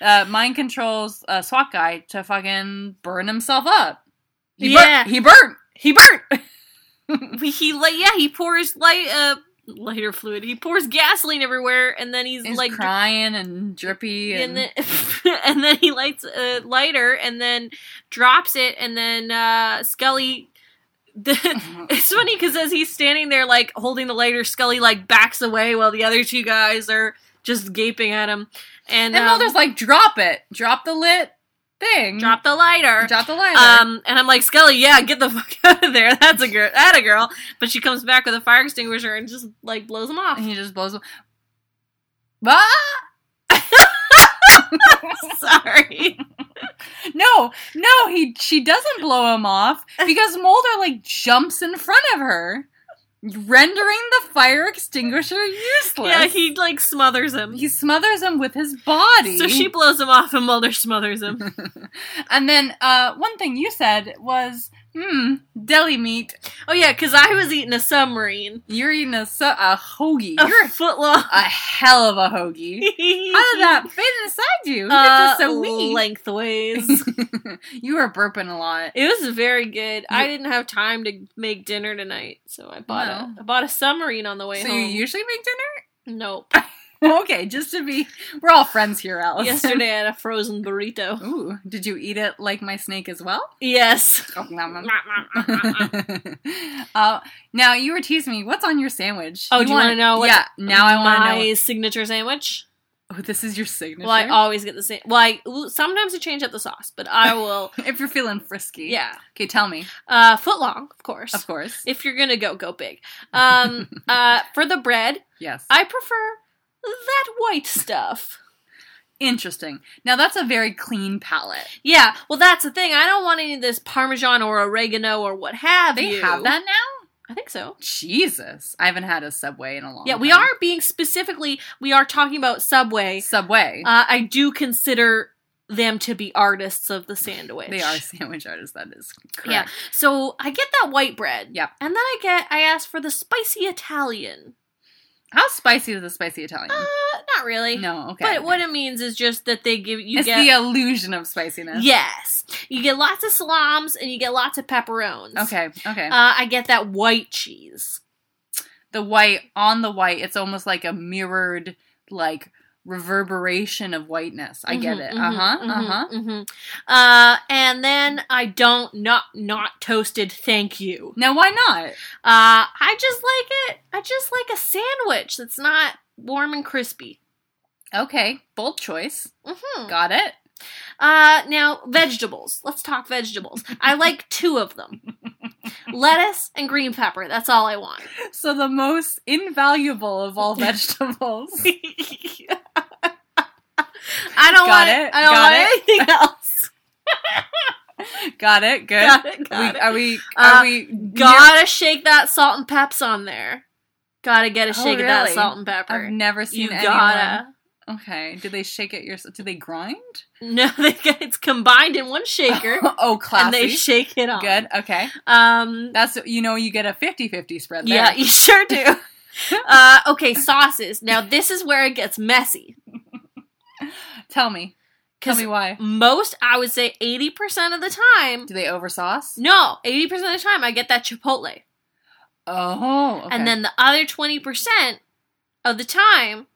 [SPEAKER 1] Uh, mind controls a SWAT guy to fucking burn himself up. He
[SPEAKER 2] Yeah.
[SPEAKER 1] Burnt, he burnt. He burnt.
[SPEAKER 2] We- He like yeah, he pours light uh lighter fluid. He pours gasoline everywhere, and then he's,
[SPEAKER 1] He's
[SPEAKER 2] like
[SPEAKER 1] crying and drippy and,
[SPEAKER 2] and then and then he lights a lighter and then drops it and then uh Scully the, it's funny because as he's standing there like holding the lighter Scully like backs away while the other two guys are just gaping at him and,
[SPEAKER 1] and
[SPEAKER 2] um,
[SPEAKER 1] Mulder's like, drop it, drop the lit thing,
[SPEAKER 2] drop the lighter
[SPEAKER 1] drop the lighter.
[SPEAKER 2] um and I'm like Scully yeah get the fuck out of there that's a girl that a girl but she comes back with a fire extinguisher and just like blows him off
[SPEAKER 1] And he just blows up. Ah!
[SPEAKER 2] sorry
[SPEAKER 1] No, no, he she doesn't blow him off because Mulder like jumps in front of her, rendering the fire extinguisher useless.
[SPEAKER 2] yeah he like smothers him
[SPEAKER 1] he smothers him with his body.
[SPEAKER 2] so she blows him off and Mulder smothers him
[SPEAKER 1] and then uh, one thing you said was, "Hmm, deli meat.
[SPEAKER 2] Oh yeah, because I was eating a submarine,
[SPEAKER 1] You're eating a su- a hoagie.
[SPEAKER 2] a
[SPEAKER 1] You're
[SPEAKER 2] foot long.
[SPEAKER 1] a hell of a hoagie. How did that fit inside you? You're
[SPEAKER 2] Uh,
[SPEAKER 1] just so weak.
[SPEAKER 2] lengthways.
[SPEAKER 1] you were burping a lot.
[SPEAKER 2] it was very good. I
[SPEAKER 1] You-
[SPEAKER 2] didn't have time to make dinner tonight, so I bought
[SPEAKER 1] No.
[SPEAKER 2] a I bought a submarine on the way
[SPEAKER 1] so
[SPEAKER 2] home.
[SPEAKER 1] you usually make dinner?
[SPEAKER 2] nope.
[SPEAKER 1] okay, just to be, we're all friends here, Alice.
[SPEAKER 2] Yesterday I had a frozen burrito.
[SPEAKER 1] Ooh, did you eat it like my snake as well?
[SPEAKER 2] Yes.
[SPEAKER 1] Oh, nom, nom. uh, now you were teasing me. What's on your sandwich?
[SPEAKER 2] Oh, do you
[SPEAKER 1] wanna-
[SPEAKER 2] wanna know what-
[SPEAKER 1] Yeah, now I want
[SPEAKER 2] my
[SPEAKER 1] to know.
[SPEAKER 2] signature sandwich.
[SPEAKER 1] Oh, this is your signature.
[SPEAKER 2] Well, I always get the same. Well, I, ooh, sometimes I change up the sauce, but I will.
[SPEAKER 1] if you're feeling frisky,
[SPEAKER 2] yeah,
[SPEAKER 1] Okay, tell me.
[SPEAKER 2] uh, foot long, of course.
[SPEAKER 1] Of course.
[SPEAKER 2] If you're gonna go, go big. Um, uh, for the bread,
[SPEAKER 1] yes.
[SPEAKER 2] I prefer that white stuff.
[SPEAKER 1] Interesting. Now that's a very clean palette.
[SPEAKER 2] Yeah, well, that's the thing. I don't want any of this Parmesan or oregano or what have
[SPEAKER 1] They
[SPEAKER 2] you.
[SPEAKER 1] have that now.
[SPEAKER 2] I think so.
[SPEAKER 1] Jesus, I haven't had a Subway in a long.
[SPEAKER 2] Yeah, we
[SPEAKER 1] time.
[SPEAKER 2] are being specifically, we are talking about Subway.
[SPEAKER 1] Subway.
[SPEAKER 2] Uh, I do consider them to be artists of the sandwich.
[SPEAKER 1] they are sandwich artists. That is correct.
[SPEAKER 2] Yeah. So I get that white bread.
[SPEAKER 1] Yep.
[SPEAKER 2] And then I get, I ask for the spicy Italian.
[SPEAKER 1] How spicy is the spicy Italian?
[SPEAKER 2] Uh, not really.
[SPEAKER 1] no, okay.
[SPEAKER 2] But
[SPEAKER 1] okay.
[SPEAKER 2] what it means is just that they give you
[SPEAKER 1] it's
[SPEAKER 2] get
[SPEAKER 1] the illusion of spiciness.
[SPEAKER 2] yes, you get lots of salams and you get lots of pepperones.
[SPEAKER 1] Okay. Okay.
[SPEAKER 2] Uh, I get that white cheese.
[SPEAKER 1] the white on the white, it's almost like a mirrored, like reverberation of whiteness. I get
[SPEAKER 2] Mhm,
[SPEAKER 1] it.
[SPEAKER 2] mhm,
[SPEAKER 1] Uh huh.
[SPEAKER 2] mhm,
[SPEAKER 1] Uh huh.
[SPEAKER 2] mhm. Uh, and then I don't not not toasted. Thank you.
[SPEAKER 1] Now why not?
[SPEAKER 2] Uh, I just like it. I just like a sandwich that's not warm and crispy.
[SPEAKER 1] Okay, bold choice.
[SPEAKER 2] hmm
[SPEAKER 1] Got it.
[SPEAKER 2] Uh, now vegetables. Let's talk vegetables. I like two of them: lettuce and green pepper. That's all I want.
[SPEAKER 1] So the most invaluable of all vegetables.
[SPEAKER 2] I don't
[SPEAKER 1] Got
[SPEAKER 2] want
[SPEAKER 1] it,
[SPEAKER 2] I don't
[SPEAKER 1] got
[SPEAKER 2] want
[SPEAKER 1] it.
[SPEAKER 2] anything else.
[SPEAKER 1] got it. Good.
[SPEAKER 2] Got it.
[SPEAKER 1] we,
[SPEAKER 2] Got it.
[SPEAKER 1] Are we? Are
[SPEAKER 2] Uh,
[SPEAKER 1] we?
[SPEAKER 2] Gotta shake that salt and peps on there. Gotta get a
[SPEAKER 1] Oh,
[SPEAKER 2] shake of that
[SPEAKER 1] really?
[SPEAKER 2] salt and
[SPEAKER 1] I've
[SPEAKER 2] pepper.
[SPEAKER 1] never seen
[SPEAKER 2] You
[SPEAKER 1] anyone.
[SPEAKER 2] gotta.
[SPEAKER 1] Okay. Do they shake it yourself? Do they grind?
[SPEAKER 2] No, they get, it's combined in one shaker,
[SPEAKER 1] oh, classy.
[SPEAKER 2] and they shake it off.
[SPEAKER 1] Good. Okay.
[SPEAKER 2] Um,
[SPEAKER 1] That's you know you get a 50-50 spread there.
[SPEAKER 2] yeah, you sure do. uh, okay, sauces. Now this is where it gets messy.
[SPEAKER 1] Tell me. Tell me why.
[SPEAKER 2] most, I would say, eighty percent of the time.
[SPEAKER 1] Do they oversauce?
[SPEAKER 2] No, eighty percent of the time, I get that chipotle,
[SPEAKER 1] Oh. okay.
[SPEAKER 2] and then the other twenty percent of the time,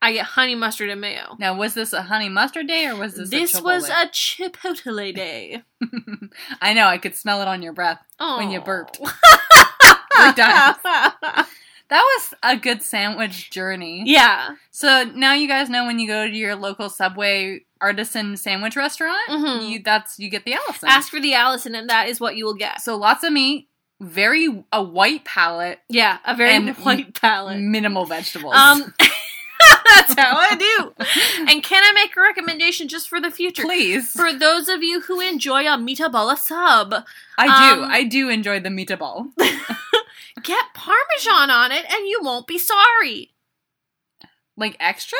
[SPEAKER 2] I get honey mustard and mayo.
[SPEAKER 1] now was this a honey mustard day or was this?
[SPEAKER 2] This,
[SPEAKER 1] a
[SPEAKER 2] was
[SPEAKER 1] Chipotle?
[SPEAKER 2] a chipotle day.
[SPEAKER 1] I know. I could smell it on your breath.
[SPEAKER 2] Oh,
[SPEAKER 1] When you burped. Three times. That was a good sandwich journey.
[SPEAKER 2] yeah.
[SPEAKER 1] So now you guys know when you go to your local Subway artisan sandwich restaurant,
[SPEAKER 2] Mhm.
[SPEAKER 1] you that's you get the Allison.
[SPEAKER 2] Ask for the Allison, and that is what you will get.
[SPEAKER 1] so lots of meat, very a white palate,
[SPEAKER 2] Yeah, a very
[SPEAKER 1] And Mm.
[SPEAKER 2] white palate.
[SPEAKER 1] minimal vegetables.
[SPEAKER 2] Um, that's how I do. And can I make a recommendation just for the future?
[SPEAKER 1] please,
[SPEAKER 2] For those of you who enjoy a meatball sub,
[SPEAKER 1] I do.
[SPEAKER 2] um,
[SPEAKER 1] I do enjoy the meatball.
[SPEAKER 2] get Parmesan on it, and you won't be sorry.
[SPEAKER 1] Like extra?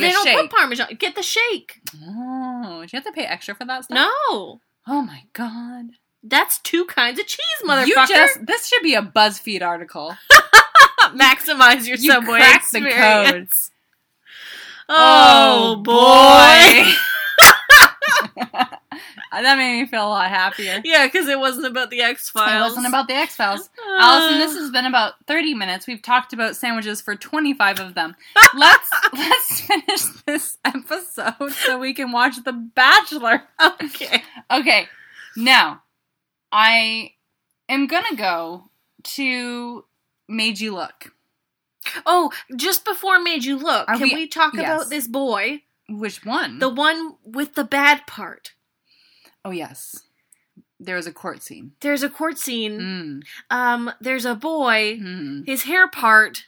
[SPEAKER 1] Like
[SPEAKER 2] they
[SPEAKER 1] a
[SPEAKER 2] don't
[SPEAKER 1] shake.
[SPEAKER 2] put Parmesan. Get the shake.
[SPEAKER 1] Oh, do you have to pay extra for that stuff?
[SPEAKER 2] No,
[SPEAKER 1] Oh my god.
[SPEAKER 2] that's two kinds of cheese, motherfucker.
[SPEAKER 1] You just this should be a BuzzFeed article.
[SPEAKER 2] maximize your
[SPEAKER 1] you
[SPEAKER 2] subway
[SPEAKER 1] cracked the
[SPEAKER 2] experience. Oh, boy.
[SPEAKER 1] that made me feel a lot happier.
[SPEAKER 2] Yeah, because it wasn't about the X Files.
[SPEAKER 1] It wasn't about the X Files.
[SPEAKER 2] Ah.
[SPEAKER 1] Allison, this has been about 30 minutes. We've talked about sandwiches for 25 of them. Let's let's finish this episode so we can watch The Bachelor.
[SPEAKER 2] okay.
[SPEAKER 1] Okay. Now, I am going to go to Made You Look,
[SPEAKER 2] Oh, just before made you look,
[SPEAKER 1] Are
[SPEAKER 2] can
[SPEAKER 1] we-
[SPEAKER 2] we, Mm-hmm. talk
[SPEAKER 1] yes.
[SPEAKER 2] about this boy,
[SPEAKER 1] which one?
[SPEAKER 2] the one with the bad part?
[SPEAKER 1] oh yes. There was a court scene.
[SPEAKER 2] There's a court scene.
[SPEAKER 1] Mm.
[SPEAKER 2] Um, there's a boy.
[SPEAKER 1] Mm.
[SPEAKER 2] His hair part.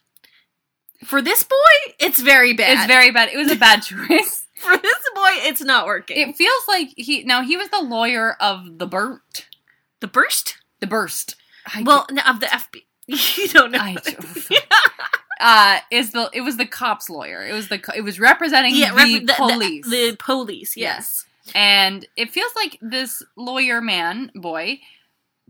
[SPEAKER 2] For this boy, it's very bad.
[SPEAKER 1] It's very bad. It was a bad choice.
[SPEAKER 2] for this boy, it's not working.
[SPEAKER 1] It feels like he now he was the lawyer of the burnt,
[SPEAKER 2] the burst?
[SPEAKER 1] the burst. I
[SPEAKER 2] well, no, of the FB. you don't know.
[SPEAKER 1] I uh, is the it was the cops lawyer. It was the co- it was representing
[SPEAKER 2] yeah,
[SPEAKER 1] the
[SPEAKER 2] ref- the, the-
[SPEAKER 1] police,
[SPEAKER 2] The, police. Yes.
[SPEAKER 1] Yes. and it feels like this lawyer man boy,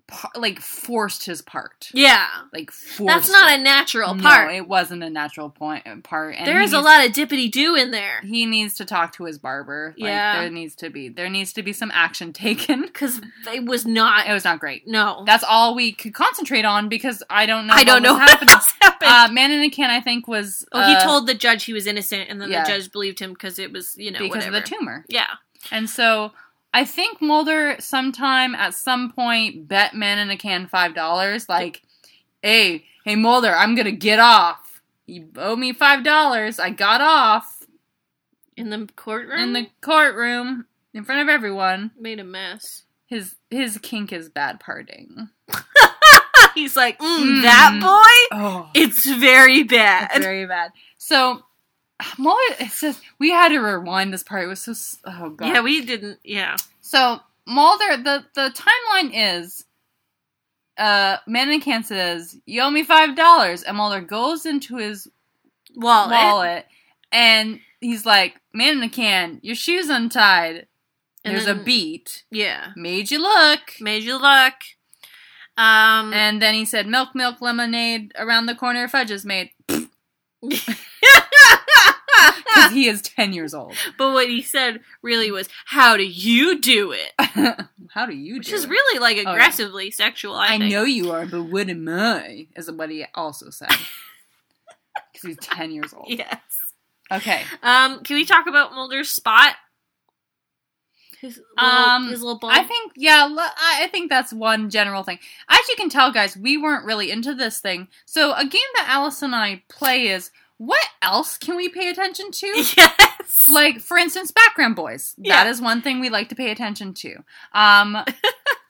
[SPEAKER 1] par- like forced his part,
[SPEAKER 2] Yeah.
[SPEAKER 1] like forced.
[SPEAKER 2] That's not
[SPEAKER 1] it.
[SPEAKER 2] a natural part.
[SPEAKER 1] No, it wasn't a natural point uh, part. And
[SPEAKER 2] there
[SPEAKER 1] he
[SPEAKER 2] is a
[SPEAKER 1] needs-
[SPEAKER 2] lot of dippity do in there.
[SPEAKER 1] He needs to talk to his barber. Like,
[SPEAKER 2] Yeah.
[SPEAKER 1] there needs to be there needs to be some action taken.
[SPEAKER 2] Because it was not.
[SPEAKER 1] It was not great.
[SPEAKER 2] no.
[SPEAKER 1] That's all we could concentrate on because I don't know.
[SPEAKER 2] I don't know
[SPEAKER 1] was
[SPEAKER 2] what
[SPEAKER 1] happening.
[SPEAKER 2] else happened.
[SPEAKER 1] Uh, Man in a Can, I think, was
[SPEAKER 2] oh, he
[SPEAKER 1] uh,
[SPEAKER 2] told the judge he was innocent, and then
[SPEAKER 1] yeah.
[SPEAKER 2] the judge believed him because it was, you know,
[SPEAKER 1] because
[SPEAKER 2] whatever.
[SPEAKER 1] of the tumor.
[SPEAKER 2] yeah.
[SPEAKER 1] And so I think Mulder sometime at some point bet man in a can five dollars, like, hey, hey Mulder, I'm gonna get off. You owe me five dollars. I got off
[SPEAKER 2] In the courtroom?
[SPEAKER 1] in the courtroom in front of everyone.
[SPEAKER 2] Made a mess.
[SPEAKER 1] His his kink is bad parting.
[SPEAKER 2] He's like, mm,
[SPEAKER 1] Mm.
[SPEAKER 2] that boy?
[SPEAKER 1] Oh
[SPEAKER 2] It's very bad.
[SPEAKER 1] it's very bad. So Mulder it's just we had to rewind this part. It was so s- oh god.
[SPEAKER 2] yeah, we didn't. Yeah.
[SPEAKER 1] So Mulder, the the timeline is, uh, Mannequin says, "You owe me five dollars," and Mulder goes into his
[SPEAKER 2] Wallet.
[SPEAKER 1] wallet and he's like, "Mannequin, your shoes untied."
[SPEAKER 2] And
[SPEAKER 1] There's a
[SPEAKER 2] then- Mm.
[SPEAKER 1] beat.
[SPEAKER 2] Yeah.
[SPEAKER 1] Made you look.
[SPEAKER 2] Made you look. Um,
[SPEAKER 1] And then he said, "Milk, milk, lemonade around the corner, fudge is made."
[SPEAKER 2] Ah.
[SPEAKER 1] Because he is ten years old.
[SPEAKER 2] but what he said really was, "How do you do it?"
[SPEAKER 1] How do you?
[SPEAKER 2] Which
[SPEAKER 1] do
[SPEAKER 2] is
[SPEAKER 1] it?
[SPEAKER 2] really like
[SPEAKER 1] yeah.
[SPEAKER 2] aggressively sexual. Oh, I,
[SPEAKER 1] I
[SPEAKER 2] think.
[SPEAKER 1] know you are, but what am I? Is what he also said. Because he's ten years old.
[SPEAKER 2] Yes.
[SPEAKER 1] Okay.
[SPEAKER 2] Um, can we talk about Mulder's spot? His little,
[SPEAKER 1] Um,
[SPEAKER 2] his little bump.
[SPEAKER 1] I think yeah, l- I I think that's one general thing. As you can tell, guys, we weren't really into this thing. So a game that Alice and I play is what else can we pay attention to?
[SPEAKER 2] yes.
[SPEAKER 1] like for instance, background boys.
[SPEAKER 2] Yeah.
[SPEAKER 1] That is one thing we like to pay attention to. Um,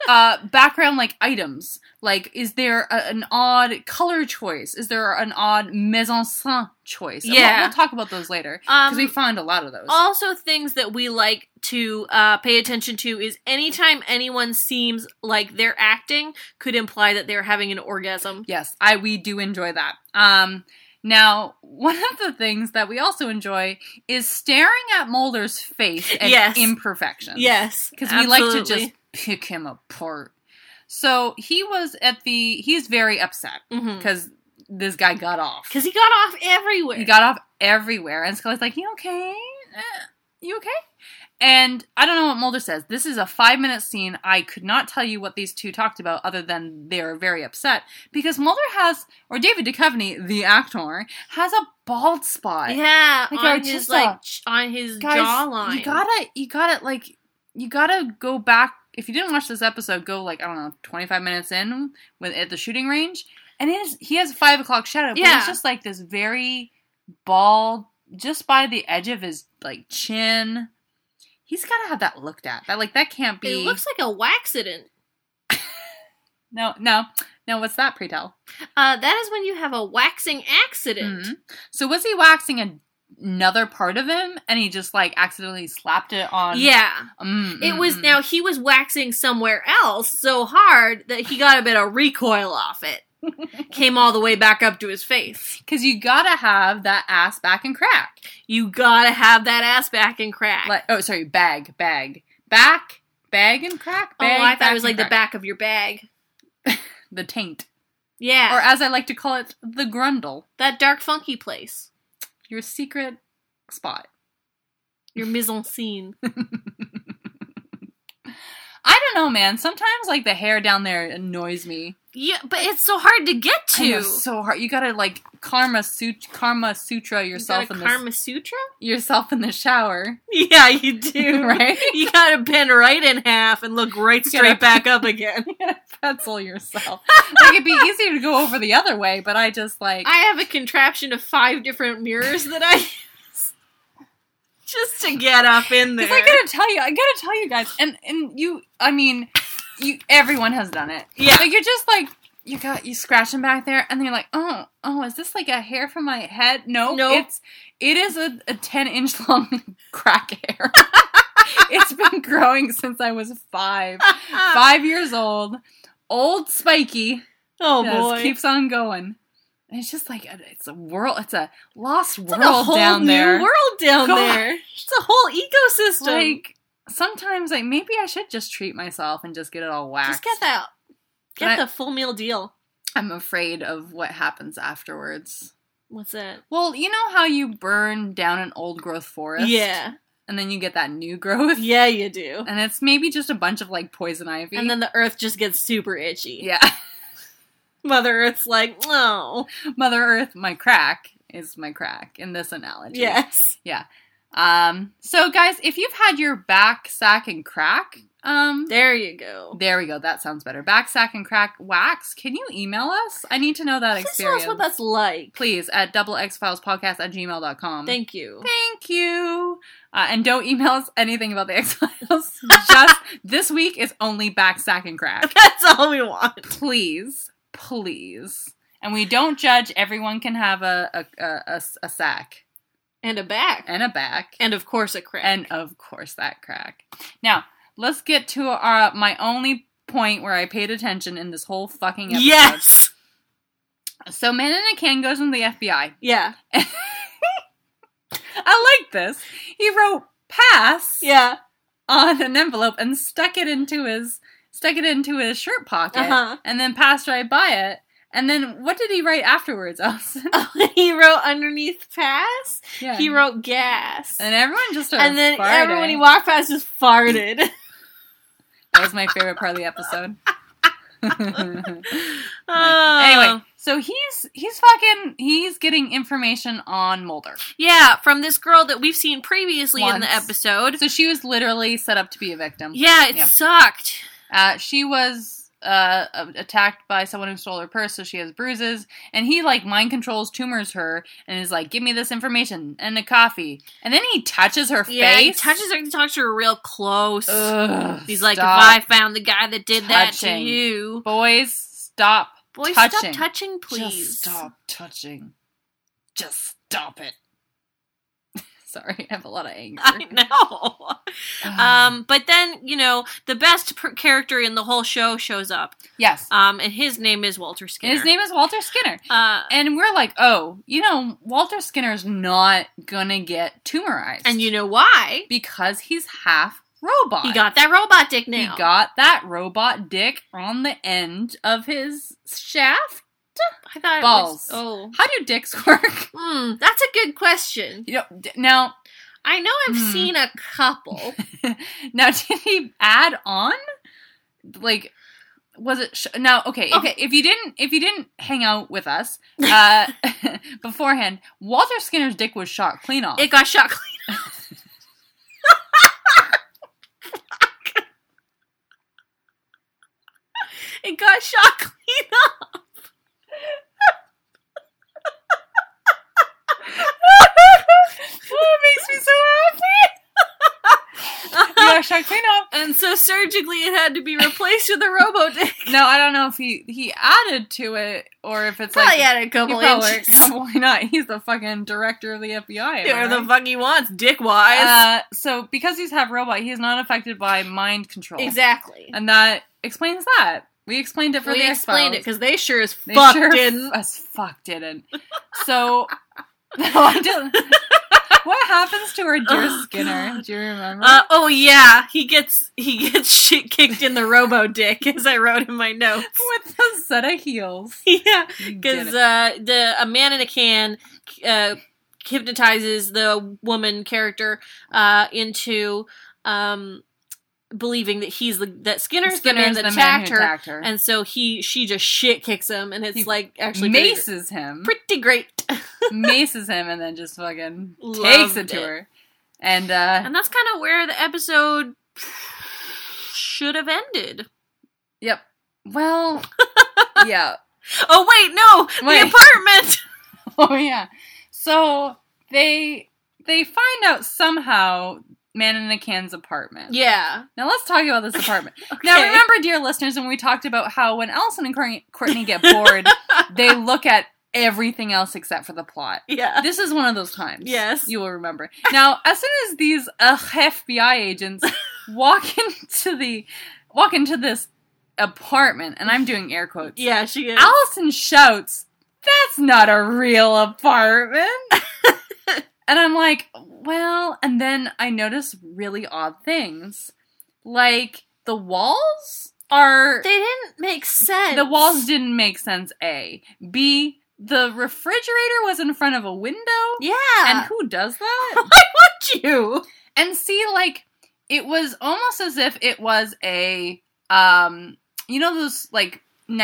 [SPEAKER 1] uh, background like items. Like, is there a, an odd color choice? Is there an odd mise en scène choice? And we'll-
[SPEAKER 2] Yeah.
[SPEAKER 1] we'll, talk about those later because
[SPEAKER 2] Um,
[SPEAKER 1] we find a lot of those.
[SPEAKER 2] also, things that we like to uh, pay attention to is anytime anyone seems like they're acting could imply that they're having an orgasm.
[SPEAKER 1] Yes, I we do enjoy that. Um Now, one of the things that we also enjoy is staring at Mulder's face and
[SPEAKER 2] Yes.
[SPEAKER 1] imperfections.
[SPEAKER 2] Yes,
[SPEAKER 1] because we like to
[SPEAKER 2] absolutely.
[SPEAKER 1] just pick him apart. So he was at the. He's very upset
[SPEAKER 2] Mhm.
[SPEAKER 1] because this guy got off.
[SPEAKER 2] Cause he got off everywhere.
[SPEAKER 1] He got off everywhere, and Scully's like, "You okay? Eh, You okay?" And I don't know what Mulder says. This is a five-minute scene. I could not tell you what these two talked about, other than they're very upset because Mulder has, or David Duchovny, the actor, has a bald spot.
[SPEAKER 2] yeah,
[SPEAKER 1] Like,
[SPEAKER 2] on
[SPEAKER 1] or
[SPEAKER 2] his
[SPEAKER 1] just,
[SPEAKER 2] like
[SPEAKER 1] uh,
[SPEAKER 2] ch- on his
[SPEAKER 1] Guys,
[SPEAKER 2] jawline.
[SPEAKER 1] you gotta, you gotta, like, you gotta go back. If you didn't watch this episode, go like I don't know, twenty-five minutes in with at the shooting range, and it is, he has a five o'clock shadow. but
[SPEAKER 2] Yeah.
[SPEAKER 1] it's just like this very bald, just by the edge of his like chin. He's gotta have that looked at. That like that can't be.
[SPEAKER 2] It looks like a waxident.
[SPEAKER 1] no, no, no. What's that? Pre tell.
[SPEAKER 2] Uh, that is when you have a waxing accident.
[SPEAKER 1] Mhm. So was he waxing a, another part of him, and he just like accidentally slapped it on?
[SPEAKER 2] Yeah.
[SPEAKER 1] Mm,
[SPEAKER 2] It
[SPEAKER 1] mm,
[SPEAKER 2] was
[SPEAKER 1] mm.
[SPEAKER 2] now he was waxing somewhere else so hard that he got a bit of recoil off it. Came all the way back up to his face.
[SPEAKER 1] Because you gotta have that ass back and crack.
[SPEAKER 2] You gotta have that ass back and crack.
[SPEAKER 1] Like, oh, sorry, bag, bag, back, bag and crack.
[SPEAKER 2] oh,
[SPEAKER 1] Bag,
[SPEAKER 2] I
[SPEAKER 1] back
[SPEAKER 2] thought it was
[SPEAKER 1] and
[SPEAKER 2] like the
[SPEAKER 1] crack.
[SPEAKER 2] back of your bag.
[SPEAKER 1] the taint,
[SPEAKER 2] Yeah.
[SPEAKER 1] or as I like to call it, the grundle,
[SPEAKER 2] that dark funky place.
[SPEAKER 1] your secret spot.
[SPEAKER 2] Your mise en scene.
[SPEAKER 1] I don't know, man. Sometimes like the hair down there annoys me.
[SPEAKER 2] yeah, but it's so hard to get
[SPEAKER 1] I know,
[SPEAKER 2] to.
[SPEAKER 1] it's so hard. You gotta like karma sut- karma sutra
[SPEAKER 2] You
[SPEAKER 1] yourself
[SPEAKER 2] got a
[SPEAKER 1] in
[SPEAKER 2] Karma Sutra?
[SPEAKER 1] the yourself in the shower,
[SPEAKER 2] Yeah, you do.
[SPEAKER 1] right?
[SPEAKER 2] You gotta bend right in half and look right
[SPEAKER 1] You gotta-
[SPEAKER 2] straight back up again.
[SPEAKER 1] Pretzel yourself. like it'd be easier to go over the other way, but I just like
[SPEAKER 2] I have a contraption of five different mirrors that I use just to get up in there.
[SPEAKER 1] Because I gotta tell you, I gotta tell you guys, and and you, I mean, you, everyone has done it.
[SPEAKER 2] Yeah.
[SPEAKER 1] like you're just like you got you scratching back there, and then you're like, oh, oh, is this like a hair from my head? No,
[SPEAKER 2] Nope.
[SPEAKER 1] it's it is a, a ten inch long crack hair. it's been growing since I was five, five years old, old spiky.
[SPEAKER 2] oh
[SPEAKER 1] Yes,
[SPEAKER 2] boy,
[SPEAKER 1] keeps on going. And it's just like a, it's a world, it's a lost
[SPEAKER 2] it's
[SPEAKER 1] world
[SPEAKER 2] like a whole
[SPEAKER 1] down
[SPEAKER 2] new
[SPEAKER 1] there.
[SPEAKER 2] world down
[SPEAKER 1] God.
[SPEAKER 2] there. It's a whole ecosystem.
[SPEAKER 1] Like sometimes, like maybe I should just treat myself and just get it all
[SPEAKER 2] just
[SPEAKER 1] waxed.
[SPEAKER 2] get that, get
[SPEAKER 1] Can I-
[SPEAKER 2] the full meal deal.
[SPEAKER 1] I'm afraid of what happens afterwards.
[SPEAKER 2] What's that?
[SPEAKER 1] Well, you know how you burn down an old growth forest,
[SPEAKER 2] Yeah,
[SPEAKER 1] and then you get that new growth,
[SPEAKER 2] yeah, you do.
[SPEAKER 1] and it's maybe just a bunch of like poison ivy,
[SPEAKER 2] And then the earth just gets super itchy.
[SPEAKER 1] yeah,
[SPEAKER 2] Mother Earth's like, "Oh, no.
[SPEAKER 1] Mother Earth, my crack is my crack in this analogy.
[SPEAKER 2] Yes.
[SPEAKER 1] Um. So, guys, if you've had your back sack and crack, um,
[SPEAKER 2] There you go.
[SPEAKER 1] There we go. That sounds better. Back sack and crack wax. Can you email us? I need to know that
[SPEAKER 2] Please tell
[SPEAKER 1] experience.
[SPEAKER 2] us what that's like.
[SPEAKER 1] Please at double x files podcast at gmail.com.
[SPEAKER 2] Thank you.
[SPEAKER 1] Thank you. Uh, and don't email us anything about the X Files. Just this week is only back sack and crack.
[SPEAKER 2] That's all we want.
[SPEAKER 1] Please, please. And we don't judge. Everyone can have a a, a- a s- a sack
[SPEAKER 2] And a back.
[SPEAKER 1] and a back,
[SPEAKER 2] And of course a crack.
[SPEAKER 1] and of course that crack. Now let's get to our my only point where I paid attention in this whole fucking episode.
[SPEAKER 2] yes.
[SPEAKER 1] So Man in a Can goes into the FBI.
[SPEAKER 2] Yeah.
[SPEAKER 1] I like this. He wrote pass
[SPEAKER 2] Yeah.
[SPEAKER 1] on an envelope and stuck it into his stuck it into his shirt pocket
[SPEAKER 2] Uh-huh.
[SPEAKER 1] and then passed right by it. And then what did he write afterwards, Allison?
[SPEAKER 2] he wrote underneath pass.
[SPEAKER 1] Yeah.
[SPEAKER 2] Uh, He wrote gas.
[SPEAKER 1] And everyone just started
[SPEAKER 2] And then
[SPEAKER 1] farting.
[SPEAKER 2] everyone he walked past just farted.
[SPEAKER 1] That was my favorite part of the episode.
[SPEAKER 2] Oh.
[SPEAKER 1] anyway, so he's he's fucking he's getting information on Mulder.
[SPEAKER 2] Yeah, from this girl that we've seen previously in the
[SPEAKER 1] Once.
[SPEAKER 2] episode.
[SPEAKER 1] So she was literally set up to be a victim.
[SPEAKER 2] Yeah, it
[SPEAKER 1] Yeah.
[SPEAKER 2] sucked.
[SPEAKER 1] Uh, she was uh, a- attacked by someone who stole her purse, so she has bruises. And he like mind controls, tumors her, and is like, "Give me this information and a coffee." And then he touches her
[SPEAKER 2] Yeah,
[SPEAKER 1] face.
[SPEAKER 2] he touches her. He talks to her real close.
[SPEAKER 1] Ugh,
[SPEAKER 2] He's like,
[SPEAKER 1] stop.
[SPEAKER 2] if I found the guy that did that to
[SPEAKER 1] touching.
[SPEAKER 2] you,
[SPEAKER 1] boys, stop.
[SPEAKER 2] boy,
[SPEAKER 1] touching.
[SPEAKER 2] stop touching, please.
[SPEAKER 1] Just stop touching. Just stop it." Sorry, I have a lot of anger.
[SPEAKER 2] I know. Mm-hmm. Um, but then you know the best per- character in the whole show shows up,
[SPEAKER 1] yes.
[SPEAKER 2] um, and his name is Walter Skinner.
[SPEAKER 1] His name is Walter Skinner.
[SPEAKER 2] uh,
[SPEAKER 1] And we're like, oh, you know, Walter Skinner's not gonna get tumorized.
[SPEAKER 2] and you know why?
[SPEAKER 1] because he's half robot.
[SPEAKER 2] He got that robot dick
[SPEAKER 1] He
[SPEAKER 2] now.
[SPEAKER 1] got that robot dick on the end of his shaft.
[SPEAKER 2] I thought it
[SPEAKER 1] balls.
[SPEAKER 2] was- oh,
[SPEAKER 1] How do dicks work?
[SPEAKER 2] Hmm, that's a good question.
[SPEAKER 1] You know, d- now,
[SPEAKER 2] I know I've
[SPEAKER 1] Hmm.
[SPEAKER 2] seen a couple.
[SPEAKER 1] now, did he add on? Like, was it sh- now? Okay, if-
[SPEAKER 2] Okay.
[SPEAKER 1] If, you didn't, if you didn't hang out with us uh, beforehand, Walter Skinner's dick was shot clean off.
[SPEAKER 2] it got shot clean. off. it got shot clean off.
[SPEAKER 1] oh, it makes me so happy. yeah, shot clean off.
[SPEAKER 2] And so surgically, it had to be replaced with a robo dick.
[SPEAKER 1] No, I don't know if he he added to it or if it's
[SPEAKER 2] Probably
[SPEAKER 1] like
[SPEAKER 2] had a
[SPEAKER 1] he
[SPEAKER 2] couple
[SPEAKER 1] probably-
[SPEAKER 2] inches.
[SPEAKER 1] Yeah, why not? He's the fucking director of the FBI. am I
[SPEAKER 2] Or the
[SPEAKER 1] right?
[SPEAKER 2] fuck he wants, dick wise.
[SPEAKER 1] uh, so because he's half robot, he is not affected by mind control.
[SPEAKER 2] exactly.
[SPEAKER 1] And that explains that. We explained it for
[SPEAKER 2] we
[SPEAKER 1] the
[SPEAKER 2] explained it
[SPEAKER 1] X-Files.
[SPEAKER 2] because they sure as
[SPEAKER 1] They
[SPEAKER 2] fuck
[SPEAKER 1] sure
[SPEAKER 2] didn't.
[SPEAKER 1] as fuck didn't. So no, I didn't. what happens to our dear
[SPEAKER 2] Oh,
[SPEAKER 1] Skinner?
[SPEAKER 2] God.
[SPEAKER 1] Do you remember?
[SPEAKER 2] Uh, oh yeah, he gets he gets shit kicked in the robo dick, as I wrote in my notes.
[SPEAKER 1] With a set of heels.
[SPEAKER 2] yeah,
[SPEAKER 1] You did
[SPEAKER 2] because
[SPEAKER 1] it.
[SPEAKER 2] uh, the a man in a can uh, hypnotizes the woman character uh, into um, believing that he's the that Skinner's, the man
[SPEAKER 1] Skinner's
[SPEAKER 2] that
[SPEAKER 1] the
[SPEAKER 2] attacked
[SPEAKER 1] who
[SPEAKER 2] her,
[SPEAKER 1] attacked her.
[SPEAKER 2] and so he she just shit kicks him, and it's
[SPEAKER 1] He
[SPEAKER 2] like actually pretty gr-
[SPEAKER 1] maces him.
[SPEAKER 2] Mm-hmm. pretty great.
[SPEAKER 1] maces him and then just fucking
[SPEAKER 2] Loved
[SPEAKER 1] takes it to
[SPEAKER 2] it.
[SPEAKER 1] her. And uh
[SPEAKER 2] And that's kind of where the episode should have ended.
[SPEAKER 1] yep. Well, yeah.
[SPEAKER 2] Oh wait, no,
[SPEAKER 1] Wait.
[SPEAKER 2] the apartment.
[SPEAKER 1] Oh yeah. So they they find out somehow Man in a Can's apartment.
[SPEAKER 2] yeah.
[SPEAKER 1] Now let's talk about this apartment. Now
[SPEAKER 2] Okay.
[SPEAKER 1] remember, dear listeners, when we talked about how when Allison and Courtney- Courtney get bored, they look at everything else except for the plot.
[SPEAKER 2] Yeah.
[SPEAKER 1] This is one of those times.
[SPEAKER 2] Yes.
[SPEAKER 1] You will remember. Now, as soon as these uh, FBI agents walk into the walk into this apartment, and I'm doing air quotes,
[SPEAKER 2] Yeah, she is.
[SPEAKER 1] Allison shouts, That's not a real apartment. and I'm like, Well, and then I notice really odd things. Like the walls are
[SPEAKER 2] they didn't make sense.
[SPEAKER 1] the walls didn't make sense, A. B the refrigerator was in front of a window.
[SPEAKER 2] Yeah.
[SPEAKER 1] And who does that?
[SPEAKER 2] want you?
[SPEAKER 1] and see, like, it was almost as if it was a, um, you know, those like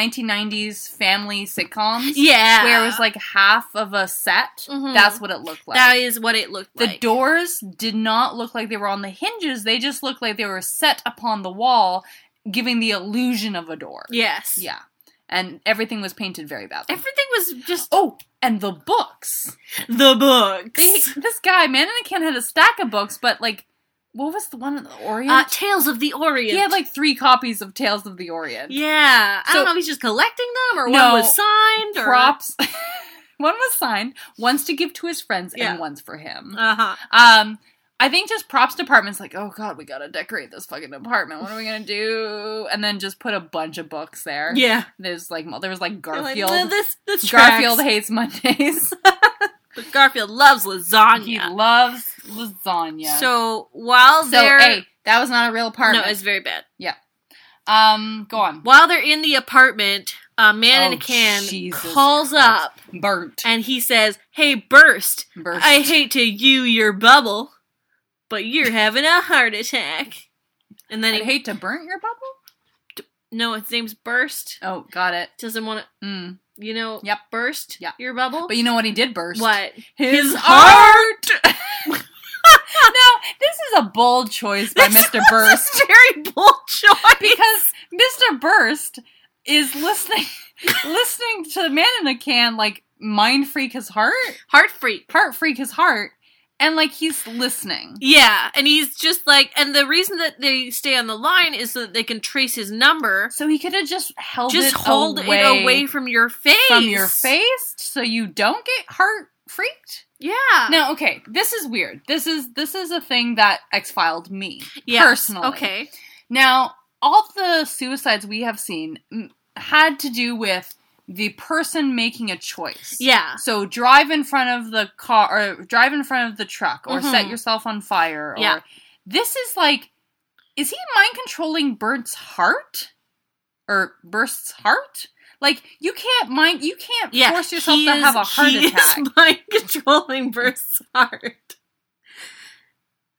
[SPEAKER 1] 1990s family sitcoms,
[SPEAKER 2] Yeah.
[SPEAKER 1] where it was like half of a set.
[SPEAKER 2] Mhm.
[SPEAKER 1] That's what it looked like.
[SPEAKER 2] that is what it looked
[SPEAKER 1] the
[SPEAKER 2] like.
[SPEAKER 1] doors did not look like they were on the hinges; they just looked like they were set upon the wall, giving the illusion of a door.
[SPEAKER 2] Yes.
[SPEAKER 1] yeah, and everything was painted very badly.
[SPEAKER 2] Everything was just
[SPEAKER 1] oh, and the books.
[SPEAKER 2] the
[SPEAKER 1] They-
[SPEAKER 2] books.
[SPEAKER 1] this guy, Man in a Can, had a stack of books, but like, what was the one in the Orient?
[SPEAKER 2] Uh, Tales of the Orient.
[SPEAKER 1] he had like three copies of Tales of the Orient.
[SPEAKER 2] Yeah. I
[SPEAKER 1] So-
[SPEAKER 2] don't know if he's just collecting them or
[SPEAKER 1] No.
[SPEAKER 2] one was signed or
[SPEAKER 1] Props. one was signed, one's to give to his friends,
[SPEAKER 2] Yeah.
[SPEAKER 1] and one's for him.
[SPEAKER 2] Uh-huh.
[SPEAKER 1] Um, I think just props department's like, oh god, we gotta decorate this fucking apartment. What are we gonna do? And then just put a bunch of books there.
[SPEAKER 2] Yeah.
[SPEAKER 1] There's like, there was like
[SPEAKER 2] They're like,
[SPEAKER 1] Garfield.
[SPEAKER 2] "Well, this, this
[SPEAKER 1] Garfield
[SPEAKER 2] tracks."
[SPEAKER 1] hates Mondays.
[SPEAKER 2] But Garfield loves lasagna.
[SPEAKER 1] he loves lasagna.
[SPEAKER 2] So while
[SPEAKER 1] so
[SPEAKER 2] they're
[SPEAKER 1] hey, that was not a real apartment.
[SPEAKER 2] no, it's very bad.
[SPEAKER 1] Um, go on.
[SPEAKER 2] While they're in the apartment, a man
[SPEAKER 1] Oh,
[SPEAKER 2] in a can
[SPEAKER 1] Jesus
[SPEAKER 2] calls
[SPEAKER 1] Christ.
[SPEAKER 2] up
[SPEAKER 1] Burnt.
[SPEAKER 2] and he says, "Hey, burst!
[SPEAKER 1] Burst.
[SPEAKER 2] I hate to you your bubble, but you're having a heart attack." And then
[SPEAKER 1] I
[SPEAKER 2] he,
[SPEAKER 1] hate to burn your bubble.
[SPEAKER 2] no, his name's Burst.
[SPEAKER 1] Oh, got it.
[SPEAKER 2] Doesn't want to,
[SPEAKER 1] Mm.
[SPEAKER 2] you know.
[SPEAKER 1] Yep.
[SPEAKER 2] Burst.
[SPEAKER 1] Yeah.
[SPEAKER 2] Your bubble.
[SPEAKER 1] But you know what he did burst?
[SPEAKER 2] what?
[SPEAKER 1] His
[SPEAKER 2] heart.
[SPEAKER 1] now, this is a bold choice by
[SPEAKER 2] This
[SPEAKER 1] Mr. Burst.
[SPEAKER 2] It's very bold choice.
[SPEAKER 1] because Mr. Burst is listening listening to the man in a can like mind freak his heart,
[SPEAKER 2] Heart freak.
[SPEAKER 1] heart freak his heart, and like he's listening.
[SPEAKER 2] Yeah, and he's just like, and the reason that they stay on the line is so that they can trace his number.
[SPEAKER 1] So he could have just held it
[SPEAKER 2] just hold
[SPEAKER 1] away
[SPEAKER 2] it away from your face.
[SPEAKER 1] from your face so you don't get heart freaked.
[SPEAKER 2] Yeah.
[SPEAKER 1] No, okay. This is weird. This is this is a thing that X filed me
[SPEAKER 2] Yes.
[SPEAKER 1] personally.
[SPEAKER 2] Okay.
[SPEAKER 1] Now, all the suicides we have seen mm, had to do with the person making a choice.
[SPEAKER 2] Yeah.
[SPEAKER 1] So drive in front of the car or drive in front of the truck or
[SPEAKER 2] Mhm.
[SPEAKER 1] set yourself on fire or
[SPEAKER 2] Yeah.
[SPEAKER 1] this is like is he mind controlling Bert's heart? Or Burst's heart? Like you can't mind you can't
[SPEAKER 2] Yeah.
[SPEAKER 1] force yourself
[SPEAKER 2] he
[SPEAKER 1] to
[SPEAKER 2] is-
[SPEAKER 1] have a heart
[SPEAKER 2] he
[SPEAKER 1] attack.
[SPEAKER 2] Is mind controlling Bert's heart.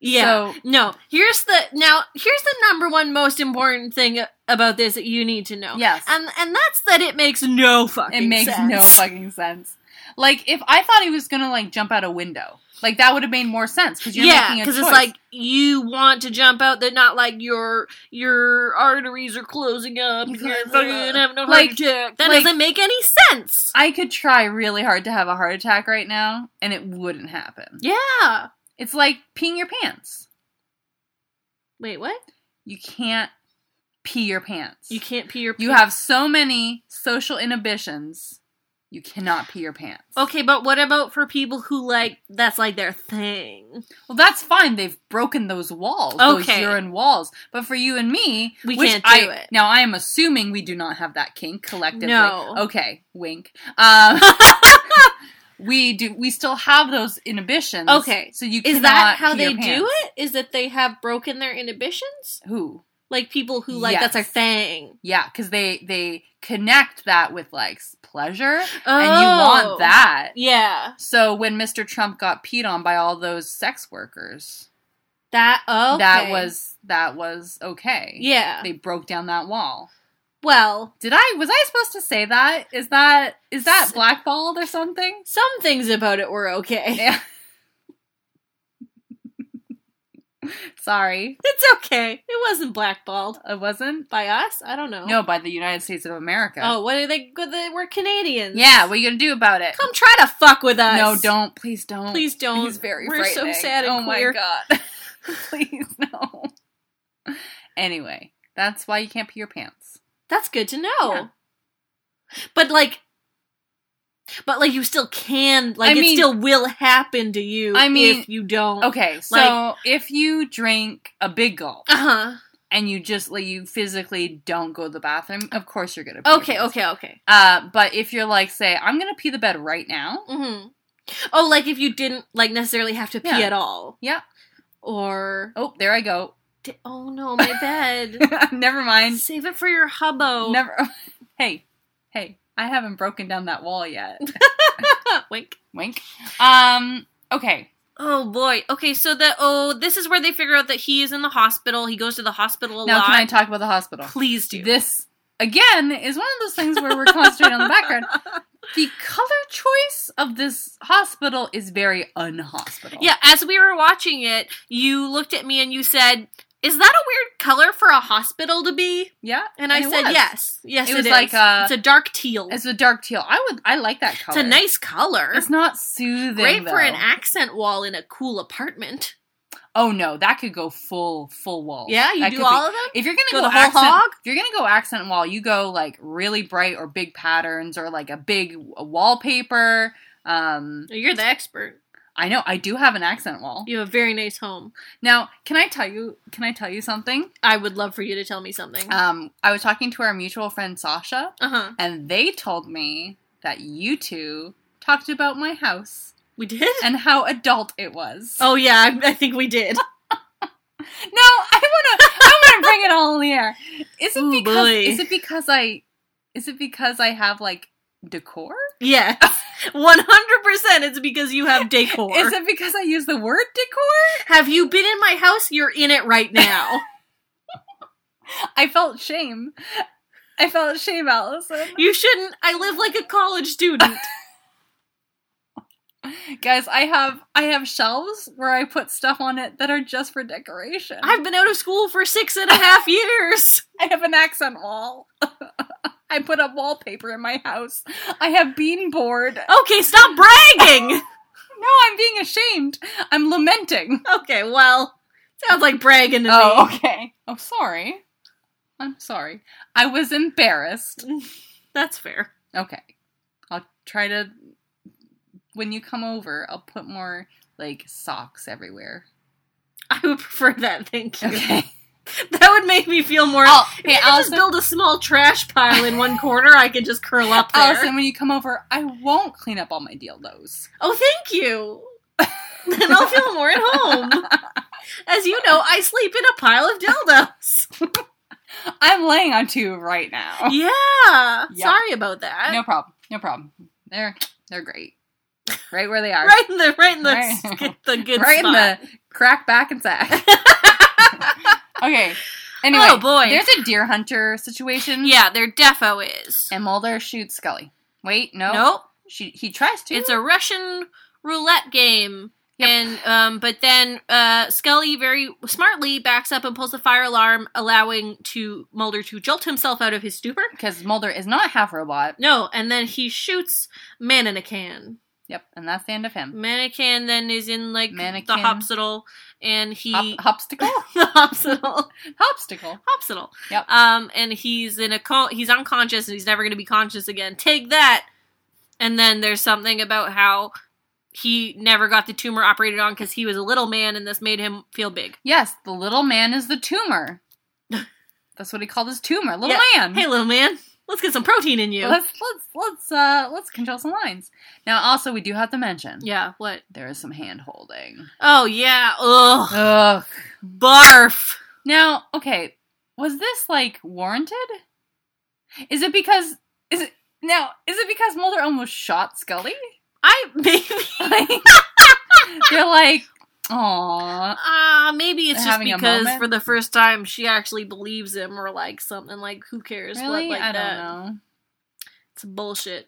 [SPEAKER 2] Yeah.
[SPEAKER 1] So
[SPEAKER 2] no. Here's the now. Here's the number one most important thing about this that you need to know.
[SPEAKER 1] Yes.
[SPEAKER 2] And and that's that it makes no fucking.
[SPEAKER 1] It makes
[SPEAKER 2] sense.
[SPEAKER 1] no fucking sense. Like if I thought he was gonna like jump out a window, like that would have made more sense because you're
[SPEAKER 2] yeah,
[SPEAKER 1] making a choice.
[SPEAKER 2] because it's like you want to jump out. That not like your your arteries are closing up.
[SPEAKER 1] He's
[SPEAKER 2] You're
[SPEAKER 1] like,
[SPEAKER 2] fucking
[SPEAKER 1] "Ugh."
[SPEAKER 2] having a heart
[SPEAKER 1] Like-
[SPEAKER 2] attack. That
[SPEAKER 1] like-
[SPEAKER 2] doesn't make any sense.
[SPEAKER 1] I could try really hard to have a heart attack right now, and it wouldn't happen.
[SPEAKER 2] Yeah.
[SPEAKER 1] It's like peeing your pants.
[SPEAKER 2] Wait, what?
[SPEAKER 1] You can't pee your pants.
[SPEAKER 2] You can't pee your.
[SPEAKER 1] You
[SPEAKER 2] pants?
[SPEAKER 1] have so many social inhibitions. You cannot pee your pants.
[SPEAKER 2] Okay, but what about for people who like that's like their thing?
[SPEAKER 1] Well, that's fine. They've broken those walls, those
[SPEAKER 2] Okay.
[SPEAKER 1] urine walls. But for you and me,
[SPEAKER 2] We
[SPEAKER 1] which
[SPEAKER 2] can't do
[SPEAKER 1] I-
[SPEAKER 2] it.
[SPEAKER 1] Now, I am assuming we do not have that kink collectively.
[SPEAKER 2] No.
[SPEAKER 1] Okay. Wink. Um, we do. We still have those inhibitions.
[SPEAKER 2] Okay.
[SPEAKER 1] So you
[SPEAKER 2] Is that
[SPEAKER 1] cannot
[SPEAKER 2] how
[SPEAKER 1] pee
[SPEAKER 2] they
[SPEAKER 1] your
[SPEAKER 2] do
[SPEAKER 1] pants.
[SPEAKER 2] it? Is that they have broken their inhibitions?
[SPEAKER 1] Who?
[SPEAKER 2] Like people who like that's their
[SPEAKER 1] Yes.
[SPEAKER 2] thing.
[SPEAKER 1] Yeah, because they they connect that with like pleasure,
[SPEAKER 2] Oh,
[SPEAKER 1] and you want that.
[SPEAKER 2] Yeah,
[SPEAKER 1] So when Mr. Trump got peed on by all those sex workers,
[SPEAKER 2] that. Oh,
[SPEAKER 1] that was that was okay.
[SPEAKER 2] yeah.
[SPEAKER 1] They broke down that wall.
[SPEAKER 2] Well,
[SPEAKER 1] Did I was I supposed to say that? Is that is that blackballed or something?
[SPEAKER 2] some things about it were okay.
[SPEAKER 1] Yeah. Sorry,
[SPEAKER 2] It's okay. It wasn't blackballed
[SPEAKER 1] it wasn't.
[SPEAKER 2] by us. I don't know.
[SPEAKER 1] No, by the United States of America.
[SPEAKER 2] Oh, what are they? good They were Canadians.
[SPEAKER 1] yeah. What are you gonna do about it?
[SPEAKER 2] Come try to fuck with us.
[SPEAKER 1] No, don't. Please don't.
[SPEAKER 2] Please don't.
[SPEAKER 1] He's very
[SPEAKER 2] We're so
[SPEAKER 1] frightening.
[SPEAKER 2] sad and
[SPEAKER 1] oh
[SPEAKER 2] queer.
[SPEAKER 1] my god. Please no. Anyway, that's why you can't pee your pants.
[SPEAKER 2] That's good to know.
[SPEAKER 1] Yeah.
[SPEAKER 2] But like but like you still can like
[SPEAKER 1] I
[SPEAKER 2] it
[SPEAKER 1] mean-
[SPEAKER 2] still will happen to you
[SPEAKER 1] I mean-
[SPEAKER 2] if you don't.
[SPEAKER 1] Okay, so
[SPEAKER 2] Like-
[SPEAKER 1] if you drink a big gulp
[SPEAKER 2] Uh-huh.
[SPEAKER 1] and you just like you physically don't go to the bathroom, of course you're gonna. Pee your
[SPEAKER 2] Okay,
[SPEAKER 1] pants.
[SPEAKER 2] okay, okay.
[SPEAKER 1] Uh, but if you're like, say, I'm gonna pee the bed right now.
[SPEAKER 2] Mhm. Oh, like if you didn't like necessarily have to pee
[SPEAKER 1] Yeah.
[SPEAKER 2] at all
[SPEAKER 1] Yeah.
[SPEAKER 2] or
[SPEAKER 1] Oh, there I go.
[SPEAKER 2] Di- oh no, my bed.
[SPEAKER 1] Never mind.
[SPEAKER 2] Save it for your hubbo.
[SPEAKER 1] Never. hey, hey, I haven't broken down that wall yet.
[SPEAKER 2] Wink.
[SPEAKER 1] Wink. Um. Okay.
[SPEAKER 2] Oh boy. Okay, so the oh, this is where they figure out that he is in the hospital. He goes to the hospital a
[SPEAKER 1] now
[SPEAKER 2] lot.
[SPEAKER 1] can I talk about the hospital?
[SPEAKER 2] Please do.
[SPEAKER 1] This again is one of those things where we're concentrating on the background. The color choice of this hospital is very unhospital.
[SPEAKER 2] Yeah, as we were watching it, you looked at me and you said, "Is that a weird color for a hospital to be?"
[SPEAKER 1] yeah.
[SPEAKER 2] And I
[SPEAKER 1] it
[SPEAKER 2] said,
[SPEAKER 1] was.
[SPEAKER 2] "Yes, yes,
[SPEAKER 1] It
[SPEAKER 2] it
[SPEAKER 1] was
[SPEAKER 2] is.
[SPEAKER 1] like a-
[SPEAKER 2] it's a dark teal. It's,
[SPEAKER 1] It's a dark teal. I would. I like that color.
[SPEAKER 2] a nice color.
[SPEAKER 1] It's not soothing.
[SPEAKER 2] Great for an
[SPEAKER 1] though.
[SPEAKER 2] accent wall in a cool apartment.
[SPEAKER 1] Oh no, that could go full full wall.
[SPEAKER 2] Yeah, you
[SPEAKER 1] Oh, That
[SPEAKER 2] do
[SPEAKER 1] could
[SPEAKER 2] all
[SPEAKER 1] be-
[SPEAKER 2] of them.
[SPEAKER 1] If you're
[SPEAKER 2] Go
[SPEAKER 1] gonna go,
[SPEAKER 2] the whole
[SPEAKER 1] accent,
[SPEAKER 2] hog?
[SPEAKER 1] if you're gonna go accent wall, you go like really bright or big patterns or like a big wallpaper. Um,
[SPEAKER 2] You're the expert.
[SPEAKER 1] I know I do have an accent wall.
[SPEAKER 2] You have a very nice home.
[SPEAKER 1] Now, can I tell you? Can I tell you something?
[SPEAKER 2] I would love for you to tell me something. Uh-huh. Uh
[SPEAKER 1] Um, I was talking to our mutual friend Sasha,
[SPEAKER 2] huh.
[SPEAKER 1] and they told me that you two talked about my house
[SPEAKER 2] We did.
[SPEAKER 1] and how adult it was.
[SPEAKER 2] Oh yeah, I, I think we did.
[SPEAKER 1] No, I wanna I wanna bring it all in the air. Is it
[SPEAKER 2] Ooh,
[SPEAKER 1] because
[SPEAKER 2] boy.
[SPEAKER 1] is it because I is it because I have like decor?
[SPEAKER 2] Yes, one hundred percent. It's because you have decor.
[SPEAKER 1] Is it because I use the word decor?
[SPEAKER 2] have you been in my house? You're in it right now.
[SPEAKER 1] I felt shame. I felt shame, Allison.
[SPEAKER 2] You shouldn't. I live like a college student.
[SPEAKER 1] Guys, I have I have shelves where I put stuff on it that are just for decoration.
[SPEAKER 2] I've been out of school for six and a half years.
[SPEAKER 1] I have an accent wall. I put up wallpaper in my house. I have bean board.
[SPEAKER 2] Okay, stop bragging.
[SPEAKER 1] No, I'm being ashamed. I'm lamenting.
[SPEAKER 2] okay, well, sounds like bragging to
[SPEAKER 1] Oh,
[SPEAKER 2] me.
[SPEAKER 1] okay. Oh, sorry. I'm sorry. I was embarrassed.
[SPEAKER 2] That's fair.
[SPEAKER 1] Okay. I'll try to when you come over, I'll put more like socks everywhere.
[SPEAKER 2] I would prefer that. Thank you.
[SPEAKER 1] Okay.
[SPEAKER 2] That would make me feel more.
[SPEAKER 1] Oh,
[SPEAKER 2] if
[SPEAKER 1] hey,
[SPEAKER 2] I could just
[SPEAKER 1] Allison,
[SPEAKER 2] build a small trash pile in one corner, I could just curl up there.
[SPEAKER 1] Allison, when you come over, I won't clean up all my dildos.
[SPEAKER 2] Oh, thank you. then I'll feel more at home. As you know, I sleep in a pile of dildos.
[SPEAKER 1] I'm laying on two right now.
[SPEAKER 2] Yeah.
[SPEAKER 1] Yep.
[SPEAKER 2] Sorry about that.
[SPEAKER 1] No problem. No problem. They're they're great. Right where they are.
[SPEAKER 2] Right in the right in the
[SPEAKER 1] Right.
[SPEAKER 2] the good
[SPEAKER 1] Right
[SPEAKER 2] spot.
[SPEAKER 1] in the crack back and sack. okay. Anyway,
[SPEAKER 2] Oh, boy.
[SPEAKER 1] there's a deer hunter situation.
[SPEAKER 2] yeah, their defo is.
[SPEAKER 1] And Mulder shoots Scully. Wait, no.
[SPEAKER 2] Nope.
[SPEAKER 1] She he tries to.
[SPEAKER 2] It's a Russian roulette game.
[SPEAKER 1] Yep.
[SPEAKER 2] And um, but then uh, Scully very smartly backs up and pulls the fire alarm, allowing to Mulder to jolt himself out of his stupor.
[SPEAKER 1] because Mulder is not half robot.
[SPEAKER 2] No, and then he shoots man in a can.
[SPEAKER 1] Yep, and that's the end of him.
[SPEAKER 2] Mannequin then is in like
[SPEAKER 1] Mannequin.
[SPEAKER 2] the hospital, and he
[SPEAKER 1] Hop, hopsticle?
[SPEAKER 2] the hospital,
[SPEAKER 1] Hopsticle.
[SPEAKER 2] hospital.
[SPEAKER 1] Yep.
[SPEAKER 2] Um, and he's in a co- he's unconscious and he's never going to be conscious again. Take that. And then there's something about how he never got the tumor operated on because he was a little man, and this made him feel big.
[SPEAKER 1] Yes, the little man is the tumor. That's what he called his tumor. Little
[SPEAKER 2] Yeah.
[SPEAKER 1] man.
[SPEAKER 2] Hey, little man, let's get some protein in you.
[SPEAKER 1] let's let's let's uh let's control some lines. Now also we do have to mention
[SPEAKER 2] yeah. What?
[SPEAKER 1] there is some hand holding.
[SPEAKER 2] Oh yeah. Ugh.
[SPEAKER 1] Ugh.
[SPEAKER 2] Barf.
[SPEAKER 1] Now, okay, was this like warranted? Is it because is it now is it because Mulder almost shot Scully?
[SPEAKER 2] I maybe.
[SPEAKER 1] Like they're like, aw.
[SPEAKER 2] Ah, maybe it's just
[SPEAKER 1] Having a
[SPEAKER 2] because
[SPEAKER 1] moment?
[SPEAKER 2] for the first time she actually believes him or like something like who cares
[SPEAKER 1] Really?
[SPEAKER 2] what like
[SPEAKER 1] I don't
[SPEAKER 2] that.
[SPEAKER 1] know.
[SPEAKER 2] It's bullshit.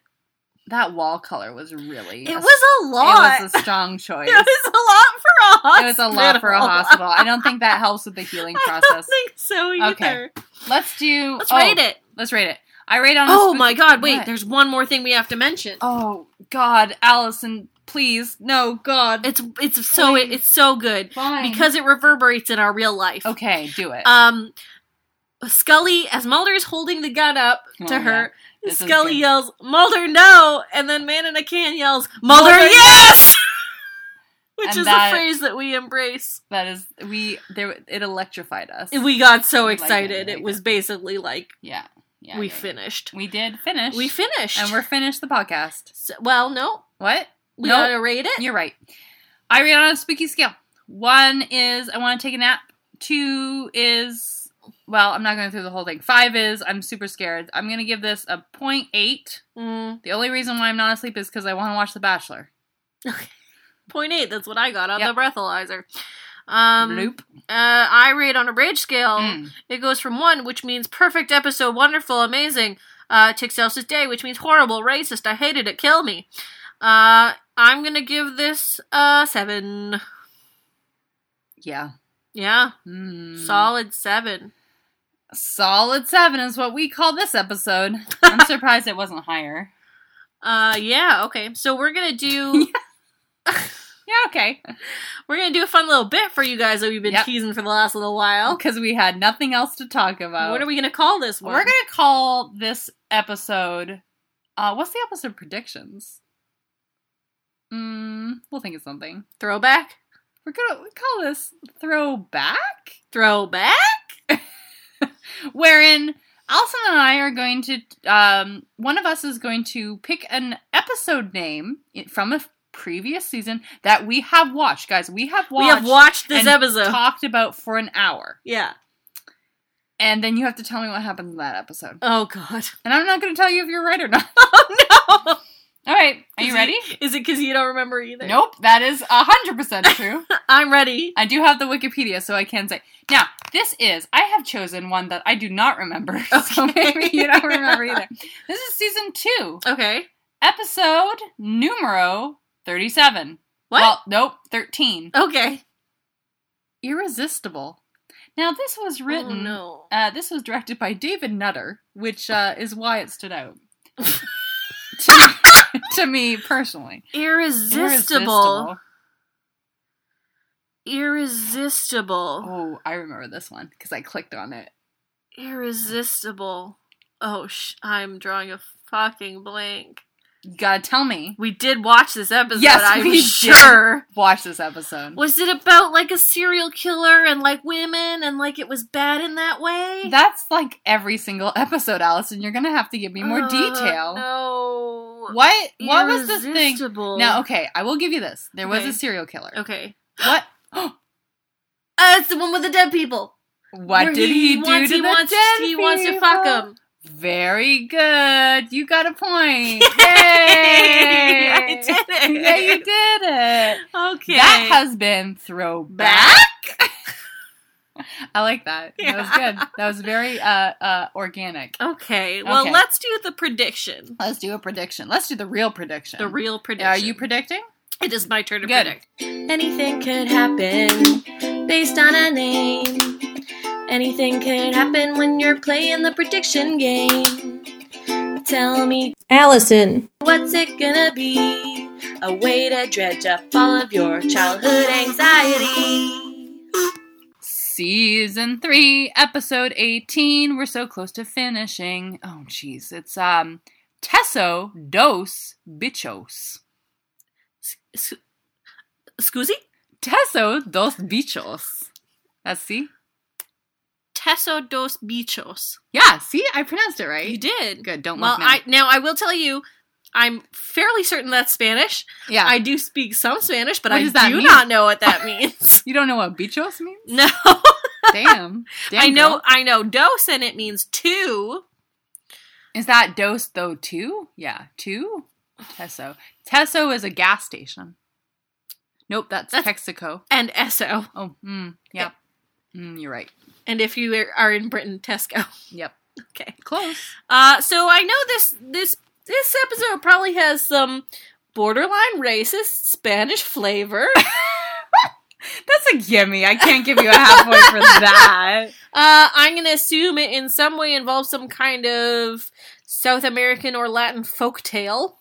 [SPEAKER 1] That wall color was really
[SPEAKER 2] It was a
[SPEAKER 1] it
[SPEAKER 2] lot.
[SPEAKER 1] was a strong choice.
[SPEAKER 2] It was a lot for a hospital.
[SPEAKER 1] It was a lot for a hospital. I don't think that helps with the healing
[SPEAKER 2] I don't
[SPEAKER 1] process.
[SPEAKER 2] think so either.
[SPEAKER 1] Okay. Let's do.
[SPEAKER 2] Let's
[SPEAKER 1] oh,
[SPEAKER 2] rate it.
[SPEAKER 1] Let's rate it. I rate on. a
[SPEAKER 2] Oh
[SPEAKER 1] spoo-
[SPEAKER 2] my god, wait,
[SPEAKER 1] What?
[SPEAKER 2] there's one more thing we have to mention.
[SPEAKER 1] Oh God, Allison, please, no God.
[SPEAKER 2] It's it's so
[SPEAKER 1] Please.
[SPEAKER 2] it's so good
[SPEAKER 1] fine
[SPEAKER 2] because it reverberates in our real life.
[SPEAKER 1] Okay, do it.
[SPEAKER 2] Um Scully as Mulder is holding the gun up to
[SPEAKER 1] Oh,
[SPEAKER 2] her,
[SPEAKER 1] yeah. This is
[SPEAKER 2] Scully
[SPEAKER 1] good.
[SPEAKER 2] yells, "Mulder, no!" and then Man in a Can yells, "Mulder,
[SPEAKER 1] Mulder,
[SPEAKER 2] yes!" Which
[SPEAKER 1] And
[SPEAKER 2] is
[SPEAKER 1] that-
[SPEAKER 2] a phrase that we embrace.
[SPEAKER 1] that is we there. It electrified us.
[SPEAKER 2] We got so
[SPEAKER 1] We like it,
[SPEAKER 2] excited.
[SPEAKER 1] we
[SPEAKER 2] it
[SPEAKER 1] like
[SPEAKER 2] was basically like
[SPEAKER 1] yeah yeah
[SPEAKER 2] we
[SPEAKER 1] yeah, yeah.
[SPEAKER 2] finished.
[SPEAKER 1] We did finish.
[SPEAKER 2] We finished.
[SPEAKER 1] and we're finished the podcast.
[SPEAKER 2] So- well, no,
[SPEAKER 1] What?
[SPEAKER 2] we
[SPEAKER 1] Nope.
[SPEAKER 2] gotta rate it.
[SPEAKER 1] You're right. I rate on a spooky scale. One is I want to take a nap. Two is well, I'm not going through the whole thing. Five is I'm super scared. I'm going to give this a 0.8.
[SPEAKER 2] Mm,
[SPEAKER 1] The only reason why I'm not asleep is because I want to watch The Bachelor.
[SPEAKER 2] point eight. That's what I got on
[SPEAKER 1] Yep.
[SPEAKER 2] the breathalyzer. Um, oh.
[SPEAKER 1] Nope.
[SPEAKER 2] Uh, I rate on a rage scale.
[SPEAKER 1] Mm.
[SPEAKER 2] It goes from one, which means perfect episode, wonderful, amazing, uh, to Excelsis Day, which means horrible, racist. I hated it. Kill me. Uh, I'm gonna give this a seven.
[SPEAKER 1] Yeah.
[SPEAKER 2] Yeah,
[SPEAKER 1] Mm.
[SPEAKER 2] solid seven.
[SPEAKER 1] Solid seven is what we call this episode. I'm surprised it wasn't higher.
[SPEAKER 2] Uh, yeah. Okay, so we're gonna do.
[SPEAKER 1] Yeah, okay.
[SPEAKER 2] We're gonna do a fun little bit for you guys that we've been
[SPEAKER 1] Yep.
[SPEAKER 2] teasing for the last little while.
[SPEAKER 1] Because we had nothing else to talk about.
[SPEAKER 2] What are we gonna call this one?
[SPEAKER 1] We're gonna call this episode. Uh, what's the episode predictions? Mm, we'll think of something.
[SPEAKER 2] throwback.
[SPEAKER 1] We're gonna call this throwback,
[SPEAKER 2] Throwback.
[SPEAKER 1] wherein Allison and I are going to. Um, one of us is going to pick an episode name i- from a f- previous season that we have watched, guys. We have watched.
[SPEAKER 2] we have watched this
[SPEAKER 1] and
[SPEAKER 2] episode.
[SPEAKER 1] Talked about for an hour,
[SPEAKER 2] yeah.
[SPEAKER 1] and then you have to tell me what happened in that episode.
[SPEAKER 2] Oh God.
[SPEAKER 1] And I'm not going to tell you if you're right or not.
[SPEAKER 2] Oh
[SPEAKER 1] All right, are
[SPEAKER 2] no.
[SPEAKER 1] you ready?
[SPEAKER 2] Is it because you don't remember either?
[SPEAKER 1] Nope, that is 100% true.
[SPEAKER 2] I'm ready.
[SPEAKER 1] I do have the Wikipedia, so I can say. Now, this is, I have chosen one that I do not remember. So
[SPEAKER 2] Okay.
[SPEAKER 1] maybe you don't remember either. This is season two,
[SPEAKER 2] Okay.
[SPEAKER 1] episode numero 37.
[SPEAKER 2] What?
[SPEAKER 1] Well, nope, 13.
[SPEAKER 2] okay.
[SPEAKER 1] Irresistible. Now, this was written.
[SPEAKER 2] Oh, no.
[SPEAKER 1] Uh, this was directed by David Nutter, which uh, is why it stood out. to, to me personally.
[SPEAKER 2] Irresistible. Irresistible.
[SPEAKER 1] Oh, I remember this one because I clicked on it.
[SPEAKER 2] Irresistible. Oh, sh- I'm drawing a fucking blank.
[SPEAKER 1] You gotta tell me.
[SPEAKER 2] We did watch this episode,
[SPEAKER 1] Yes,
[SPEAKER 2] I'm
[SPEAKER 1] we did.
[SPEAKER 2] sure.
[SPEAKER 1] Watch this episode.
[SPEAKER 2] Was it about like a serial killer and like women and like it was bad in that way?
[SPEAKER 1] That's like every single episode, Allison. You're gonna have to give me more
[SPEAKER 2] Uh,
[SPEAKER 1] detail.
[SPEAKER 2] No.
[SPEAKER 1] What? What was this thing?
[SPEAKER 2] Irresistible.
[SPEAKER 1] Now, okay, I will give you this. There was
[SPEAKER 2] Okay.
[SPEAKER 1] a serial killer.
[SPEAKER 2] Okay.
[SPEAKER 1] What?
[SPEAKER 2] Uh, it's the one with the dead people.
[SPEAKER 1] What
[SPEAKER 2] Where
[SPEAKER 1] did he, do
[SPEAKER 2] wants-
[SPEAKER 1] to
[SPEAKER 2] he
[SPEAKER 1] the
[SPEAKER 2] wants,
[SPEAKER 1] dead
[SPEAKER 2] He wants to fuck
[SPEAKER 1] people?
[SPEAKER 2] him.
[SPEAKER 1] Very good. You got a point. Yay!
[SPEAKER 2] I did it.
[SPEAKER 1] Yeah, you did it.
[SPEAKER 2] Okay.
[SPEAKER 1] That has been throwback. I like that. That was
[SPEAKER 2] Yeah.
[SPEAKER 1] good. That was very uh, uh, organic.
[SPEAKER 2] Okay. Well,
[SPEAKER 1] Okay.
[SPEAKER 2] let's do the prediction.
[SPEAKER 1] Let's do a prediction. Let's do the real prediction.
[SPEAKER 2] The real prediction.
[SPEAKER 1] Are you predicting?
[SPEAKER 2] It is my turn to
[SPEAKER 1] Good.
[SPEAKER 2] predict. Anything could happen based on a name. Anything could happen when you're playing the prediction game. Tell me,
[SPEAKER 3] Allison.
[SPEAKER 2] what's it gonna be? A way to dredge up all of your childhood anxiety.
[SPEAKER 1] Season three, episode eighteen. We're so close to finishing. Oh, jeez, it's um, Tesso dos bichos.
[SPEAKER 2] S- Scusi?
[SPEAKER 1] Tesso dos bichos. That's see.
[SPEAKER 2] Teso dos bichos.
[SPEAKER 1] Yeah, see, I pronounced it right.
[SPEAKER 2] You did.
[SPEAKER 1] Good. Don't
[SPEAKER 2] Well,
[SPEAKER 1] look now.
[SPEAKER 2] I now I will tell you, I'm fairly certain that's Spanish.
[SPEAKER 1] yeah,
[SPEAKER 2] I do speak some Spanish, but
[SPEAKER 1] What
[SPEAKER 2] I
[SPEAKER 1] does that
[SPEAKER 2] do
[SPEAKER 1] mean?
[SPEAKER 2] not know what that means.
[SPEAKER 1] you don't know what bichos means?
[SPEAKER 2] no,
[SPEAKER 1] Damn. Damn
[SPEAKER 2] I know.
[SPEAKER 1] girl.
[SPEAKER 2] I know dos, and it means two.
[SPEAKER 1] Is that dose though two? Yeah, two. Tesso. Tesso is a gas station. Nope, that's,
[SPEAKER 2] That's-
[SPEAKER 1] Texaco.
[SPEAKER 2] And eso,
[SPEAKER 1] Oh, mm, yeah. Mm, you're right.
[SPEAKER 2] and if you are- are in Britain, Tesco.
[SPEAKER 1] Yep.
[SPEAKER 2] Okay.
[SPEAKER 1] Close.
[SPEAKER 2] Uh, so I know this this this episode probably has some borderline racist Spanish flavor.
[SPEAKER 1] That's a gimme. I can't give you a half point for that.
[SPEAKER 2] Uh, I'm gonna assume it in some way involves some kind of South American or Latin folk tale.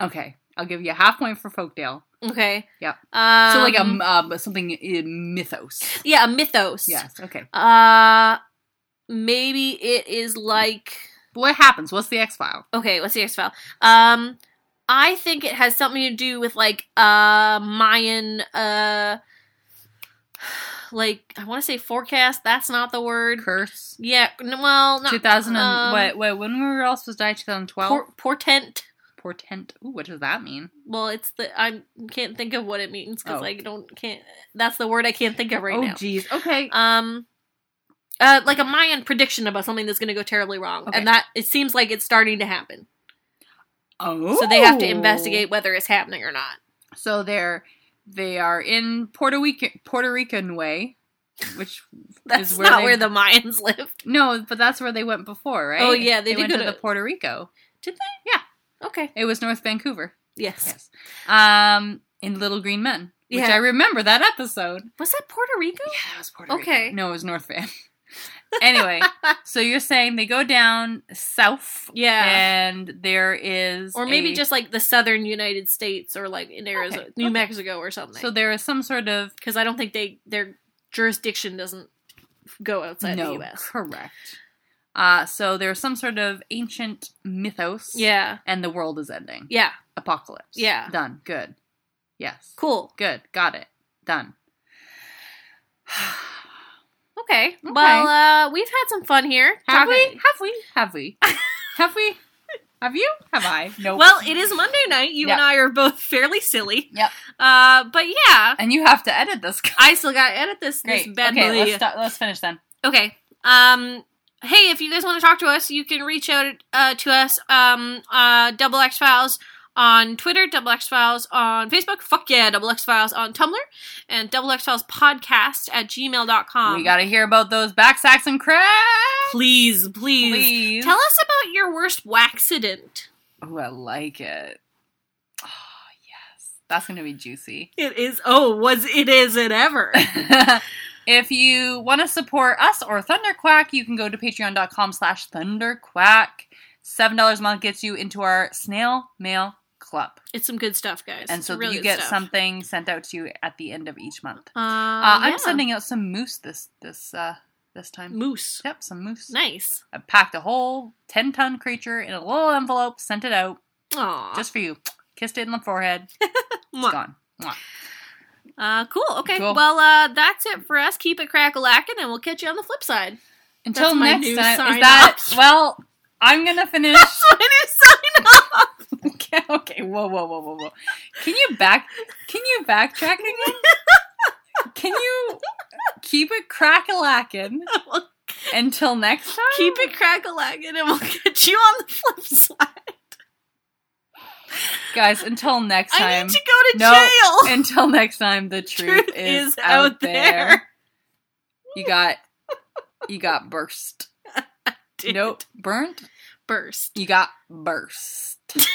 [SPEAKER 1] Okay, I'll give you a half point for folktale.
[SPEAKER 2] Okay.
[SPEAKER 1] Yep.
[SPEAKER 2] Um,
[SPEAKER 1] so like a m- um, something in mythos.
[SPEAKER 2] yeah a mythos.
[SPEAKER 1] Yes. Okay.
[SPEAKER 2] Uh, maybe it is like
[SPEAKER 1] What happens? What's the X file?
[SPEAKER 2] okay. What's the next file? Um, I think it has something to do with like uh Mayan uh like I want to say forecast. That's not the word.
[SPEAKER 1] Curse.
[SPEAKER 2] Yeah. n- Well, not,
[SPEAKER 1] Two thousand
[SPEAKER 2] um,
[SPEAKER 1] and what? What? When were all supposed to die? Two thousand twelve.
[SPEAKER 2] por- portent.
[SPEAKER 1] portent. Ooh, what does that mean?
[SPEAKER 2] Well, it's the I can't think of what it means because
[SPEAKER 1] Oh.
[SPEAKER 2] I don't can't. That's the word I can't think of right
[SPEAKER 1] oh,
[SPEAKER 2] now.
[SPEAKER 1] jeez. Okay.
[SPEAKER 2] Um, uh, like a Mayan prediction about something that's going to go terribly wrong,
[SPEAKER 1] Okay.
[SPEAKER 2] and that it seems like it's starting to happen.
[SPEAKER 1] oh.
[SPEAKER 2] So they have to investigate whether it's happening or not.
[SPEAKER 1] So they're they are in Puerto Rican Puerto Rican way, which
[SPEAKER 2] That's
[SPEAKER 1] where
[SPEAKER 2] not
[SPEAKER 1] they-
[SPEAKER 2] where the Mayans lived.
[SPEAKER 1] no, but that's where they went before, right?
[SPEAKER 2] Oh, yeah, they
[SPEAKER 1] they
[SPEAKER 2] did
[SPEAKER 1] went
[SPEAKER 2] go
[SPEAKER 1] to
[SPEAKER 2] to-
[SPEAKER 1] the Puerto Rico.
[SPEAKER 2] Did
[SPEAKER 1] they? Yeah,
[SPEAKER 2] Okay.
[SPEAKER 1] it was North Vancouver.
[SPEAKER 2] Yes.
[SPEAKER 1] Yes. Um, in Little Green Men, which
[SPEAKER 2] Yeah.
[SPEAKER 1] I remember that episode.
[SPEAKER 2] Was that Puerto Rico?
[SPEAKER 1] Yeah, that was Puerto Rico.
[SPEAKER 2] Okay.
[SPEAKER 1] No, it was North Van. anyway, so you're saying they go down south,
[SPEAKER 2] Yeah.
[SPEAKER 1] and there is,
[SPEAKER 2] or maybe
[SPEAKER 1] a-
[SPEAKER 2] just like the southern United States, or like in Arizona,
[SPEAKER 1] Okay,
[SPEAKER 2] New
[SPEAKER 1] okay.
[SPEAKER 2] Mexico, or something.
[SPEAKER 1] so there is some sort of
[SPEAKER 2] because I don't think they their jurisdiction doesn't go outside
[SPEAKER 1] no,
[SPEAKER 2] the U.S.
[SPEAKER 1] correct. Uh, so there's some sort of ancient mythos,
[SPEAKER 2] Yeah.
[SPEAKER 1] and the world is ending.
[SPEAKER 2] Yeah.
[SPEAKER 1] Apocalypse,
[SPEAKER 2] Yeah.
[SPEAKER 1] done. Good, yes,
[SPEAKER 2] Cool.
[SPEAKER 1] good, got it, done.
[SPEAKER 2] Okay. Well, uh, we've had some fun here.
[SPEAKER 1] Have we?
[SPEAKER 2] talking.
[SPEAKER 1] Have we? Have we? Have we? Have you? Have I? No.
[SPEAKER 2] Well, it is Monday night. You and
[SPEAKER 1] Yeah.
[SPEAKER 2] I are both fairly silly.
[SPEAKER 1] Yep.
[SPEAKER 2] Uh, but yeah,
[SPEAKER 1] and you have to edit this.
[SPEAKER 2] I still got to edit this, this
[SPEAKER 1] Great.
[SPEAKER 2] bad
[SPEAKER 1] okay,
[SPEAKER 2] boy.
[SPEAKER 1] let's start, let's finish then.
[SPEAKER 2] Okay. Um. Hey, if you guys want to talk to us, you can reach out uh, to us. Um. Uh. Double X Files on Twitter. Double X Files on Facebook. Fuck yeah. Double X Files on Tumblr. And Double X Files podcast at gmail.com.
[SPEAKER 1] we gotta hear about those back sacks and crabs.
[SPEAKER 2] Please, please,
[SPEAKER 1] Please.
[SPEAKER 2] tell us about your worst waxident.
[SPEAKER 1] Ooh, I like it. Oh yes, that's gonna be juicy.
[SPEAKER 2] It is. Oh, was it? Is it ever?
[SPEAKER 1] if you want to support us or Thunderquack, you can go to patreon.com slash thunderquack. $7 a month gets you into our snail mail club.
[SPEAKER 2] it's some good stuff, guys.
[SPEAKER 1] and
[SPEAKER 2] It's
[SPEAKER 1] so
[SPEAKER 2] really
[SPEAKER 1] you
[SPEAKER 2] good
[SPEAKER 1] get
[SPEAKER 2] stuff.
[SPEAKER 1] something sent out to you at the end of each month. Uh,
[SPEAKER 2] Uh, yeah.
[SPEAKER 1] I'm sending out some moose this this uh, this time.
[SPEAKER 2] Moose.
[SPEAKER 1] Yep, some moose.
[SPEAKER 2] Nice.
[SPEAKER 1] I packed a whole 10 ton creature in a little envelope, sent it out
[SPEAKER 2] Aw.
[SPEAKER 1] just for you. Kissed it in the forehead. It's
[SPEAKER 2] Mwah.
[SPEAKER 1] gone. Mwah.
[SPEAKER 2] Uh, cool. Okay.
[SPEAKER 1] Cool.
[SPEAKER 2] Well, uh, that's it for us. Keep it crackle lacking, and we'll catch you on the flip side.
[SPEAKER 1] Until
[SPEAKER 2] my
[SPEAKER 1] next
[SPEAKER 2] new
[SPEAKER 1] time. Is
[SPEAKER 2] sign
[SPEAKER 1] that,
[SPEAKER 2] off.
[SPEAKER 1] well, I'm going to finish.
[SPEAKER 2] My new sign off.
[SPEAKER 1] okay, okay, whoa, whoa, whoa, whoa, whoa. Can you back, can you backtrack again? Can you keep it crack-a-lackin' until next time?
[SPEAKER 2] Keep it crackle lacking, and we'll catch you on the flip side.
[SPEAKER 1] Guys, until next time.
[SPEAKER 2] I need to go to
[SPEAKER 1] No.
[SPEAKER 2] jail.
[SPEAKER 1] Until next time, the truth,
[SPEAKER 2] Truth
[SPEAKER 1] is, out there. You got, you got burst.
[SPEAKER 2] Dude.
[SPEAKER 1] Nope, burnt.
[SPEAKER 2] Burst.
[SPEAKER 1] You got burst.